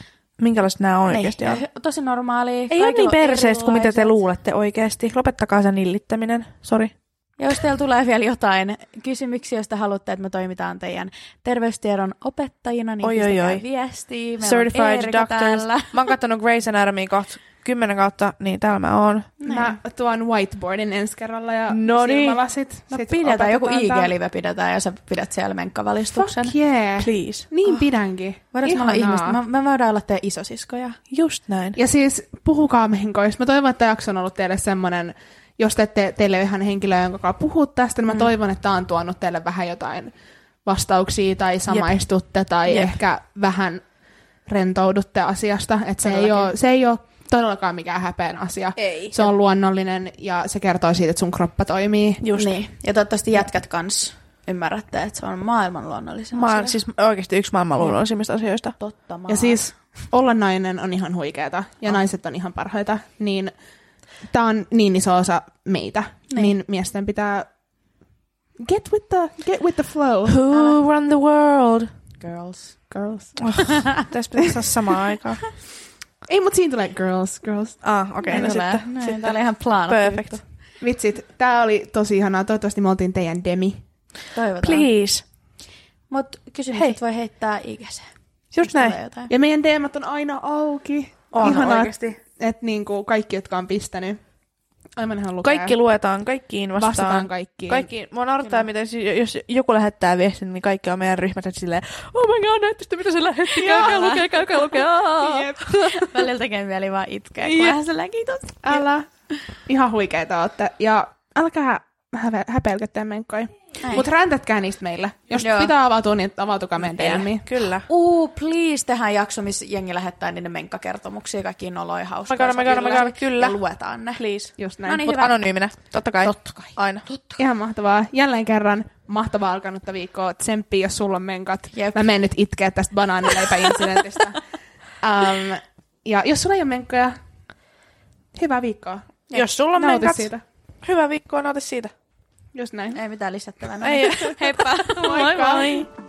[SPEAKER 3] Minkälaiset nämä on
[SPEAKER 1] niin,
[SPEAKER 3] oikeasti? on?
[SPEAKER 1] tosi normaalia.
[SPEAKER 3] Ei ole niin perseistä kuin mitä te luulette oikeasti. Lopettakaa se nillittäminen. Sori.
[SPEAKER 1] Ja jos teillä tulee vielä jotain kysymyksiä, joista haluatte, että me toimitaan teidän terveystiedon opettajina, niin oi,
[SPEAKER 3] Oi, oi,
[SPEAKER 1] pistäkää
[SPEAKER 3] oi.
[SPEAKER 1] oi, viestiä. Meillä on
[SPEAKER 3] Certified
[SPEAKER 1] Eerika
[SPEAKER 3] Doctors.
[SPEAKER 1] täällä.
[SPEAKER 3] Mä oon kattonut Grey's Anatomia kaht, kymmenen kautta, niin täällä mä oon.
[SPEAKER 2] Mä tuon whiteboardin ensi kerralla ja
[SPEAKER 3] No niin.
[SPEAKER 2] silmälasit.
[SPEAKER 1] No
[SPEAKER 2] Sit
[SPEAKER 1] pidetään, joku
[SPEAKER 2] opetetaan tää.
[SPEAKER 1] IG-live pidetään ja sä pidät siellä menkkavalistuksen.
[SPEAKER 2] Fuck yeah.
[SPEAKER 3] Please.
[SPEAKER 2] Niin pidänkin.
[SPEAKER 1] Voidaanko me olla
[SPEAKER 2] Ihanaa.
[SPEAKER 1] ihmistä? Me, me voidaan olla teidän isosiskoja.
[SPEAKER 3] Just näin.
[SPEAKER 2] Ja siis puhukaa menkoista. Mä toivon, että tämä jakso on ollut teille semmoinen, jos te ette, teille ole ihan henkilöä, jonka kanssa puhut tästä,
[SPEAKER 1] Mm.
[SPEAKER 2] niin mä toivon, että tämä on tuonut teille vähän jotain vastauksia tai samaistutte tai
[SPEAKER 3] Jep.
[SPEAKER 2] ehkä vähän rentoudutte asiasta. Että se, ei
[SPEAKER 1] Todellakin.
[SPEAKER 2] ole, se ei ole todellakaan mikään häpeän asia.
[SPEAKER 1] Ei.
[SPEAKER 2] Se on luonnollinen ja se kertoo siitä, että sun kroppa toimii.
[SPEAKER 3] Just.
[SPEAKER 1] Niin, ja toivottavasti jätkät kans ymmärrätte, että se on maailman luonnollisin
[SPEAKER 3] Mä
[SPEAKER 1] asia.
[SPEAKER 3] oon siis oikeasti yksi maailman luonnollisimmista asioista.
[SPEAKER 1] Totta maa.
[SPEAKER 2] Ja siis olla nainen on ihan huikeeta
[SPEAKER 1] Ah.
[SPEAKER 2] ja naiset on ihan parhaita, niin tämä on niin iso osa meitä, niin, niin miesten pitää get with the, get with the flow.
[SPEAKER 3] Who run the world?
[SPEAKER 1] Girls.
[SPEAKER 2] Girls.
[SPEAKER 3] Tässä pitäisi olla samaan aikaan.
[SPEAKER 2] Ei, mutta siinä tulee girls, girls.
[SPEAKER 3] Ah, okei. Okay,
[SPEAKER 1] Näin
[SPEAKER 3] no
[SPEAKER 1] tulee.
[SPEAKER 3] sitten.
[SPEAKER 1] Näin,
[SPEAKER 3] sitten.
[SPEAKER 1] Tää oli ihan plan.
[SPEAKER 3] Perfect.
[SPEAKER 2] Vitsit, tämä oli tosi ihanaa. Toivottavasti me oltiin teidän demi.
[SPEAKER 1] Toivotaan.
[SPEAKER 3] Please.
[SPEAKER 1] Mut
[SPEAKER 3] Hei.
[SPEAKER 1] kysymykset voi heittää IGC.
[SPEAKER 3] Just näin.
[SPEAKER 2] Ja meidän DMt on aina auki.
[SPEAKER 3] On
[SPEAKER 2] ihanaa,
[SPEAKER 3] oikeasti.
[SPEAKER 2] että niinku kaikki, jotka on pistänyt, aivan ihan lukee.
[SPEAKER 3] Kaikki luetaan, kaikkiin vastaan.
[SPEAKER 2] vastataan kaikkiin.
[SPEAKER 3] Kaikki, mua naurattaa, miten si- jos joku lähettää viestin, niin kaikki on meidän ryhmät että silleen, oh my god, näytti sitä, mitä se lähetti, käykää lukee, käykää lukee, aa."
[SPEAKER 2] Jep.
[SPEAKER 1] Välillä tekee mieli vaan itkeä,
[SPEAKER 2] Jep.
[SPEAKER 1] kun vähän sellainen kiitos.
[SPEAKER 2] Älä. Ihan huikeeta ootte. Ja älkää häve- häpeilkö teidän menkkoja.
[SPEAKER 1] Näin.
[SPEAKER 2] Mutta räntätkää niistä meillä. Jos
[SPEAKER 1] Joo.
[SPEAKER 2] pitää avautua, niin avautukaa meidän DMiin.
[SPEAKER 3] Kyllä.
[SPEAKER 1] Uu, please, tehdään jakso, missä jengi lähettää niiden menkkakertomuksia, kaikki noloja hauskaa.
[SPEAKER 3] Mä käyn, mä käyn, mä käyn, kyllä.
[SPEAKER 1] Ja luetaan ne.
[SPEAKER 3] Please.
[SPEAKER 2] Just näin.
[SPEAKER 1] No niin,
[SPEAKER 3] Mutta
[SPEAKER 1] hyvä.
[SPEAKER 3] anonyyminä, totta kai.
[SPEAKER 1] Totta kai.
[SPEAKER 3] Aina.
[SPEAKER 2] Ihan mahtavaa. Jälleen kerran mahtavaa alkanutta viikkoa. Tsemppi, jos sulla on menkat.
[SPEAKER 1] Jep.
[SPEAKER 2] Mä menen nyt itkeä tästä banaanileipäinsidentistä. um, ja jos sulla ei ole menkkoja, hyvää viikkoa.
[SPEAKER 3] Jos sulla on
[SPEAKER 2] Nauti
[SPEAKER 3] menkat,
[SPEAKER 2] siitä.
[SPEAKER 3] hyvää viikkoa, nauti siitä.
[SPEAKER 4] Just näin.
[SPEAKER 1] Ei mitään lisättävää. no
[SPEAKER 2] Ei,
[SPEAKER 1] niin. Heippa.
[SPEAKER 2] moi moi.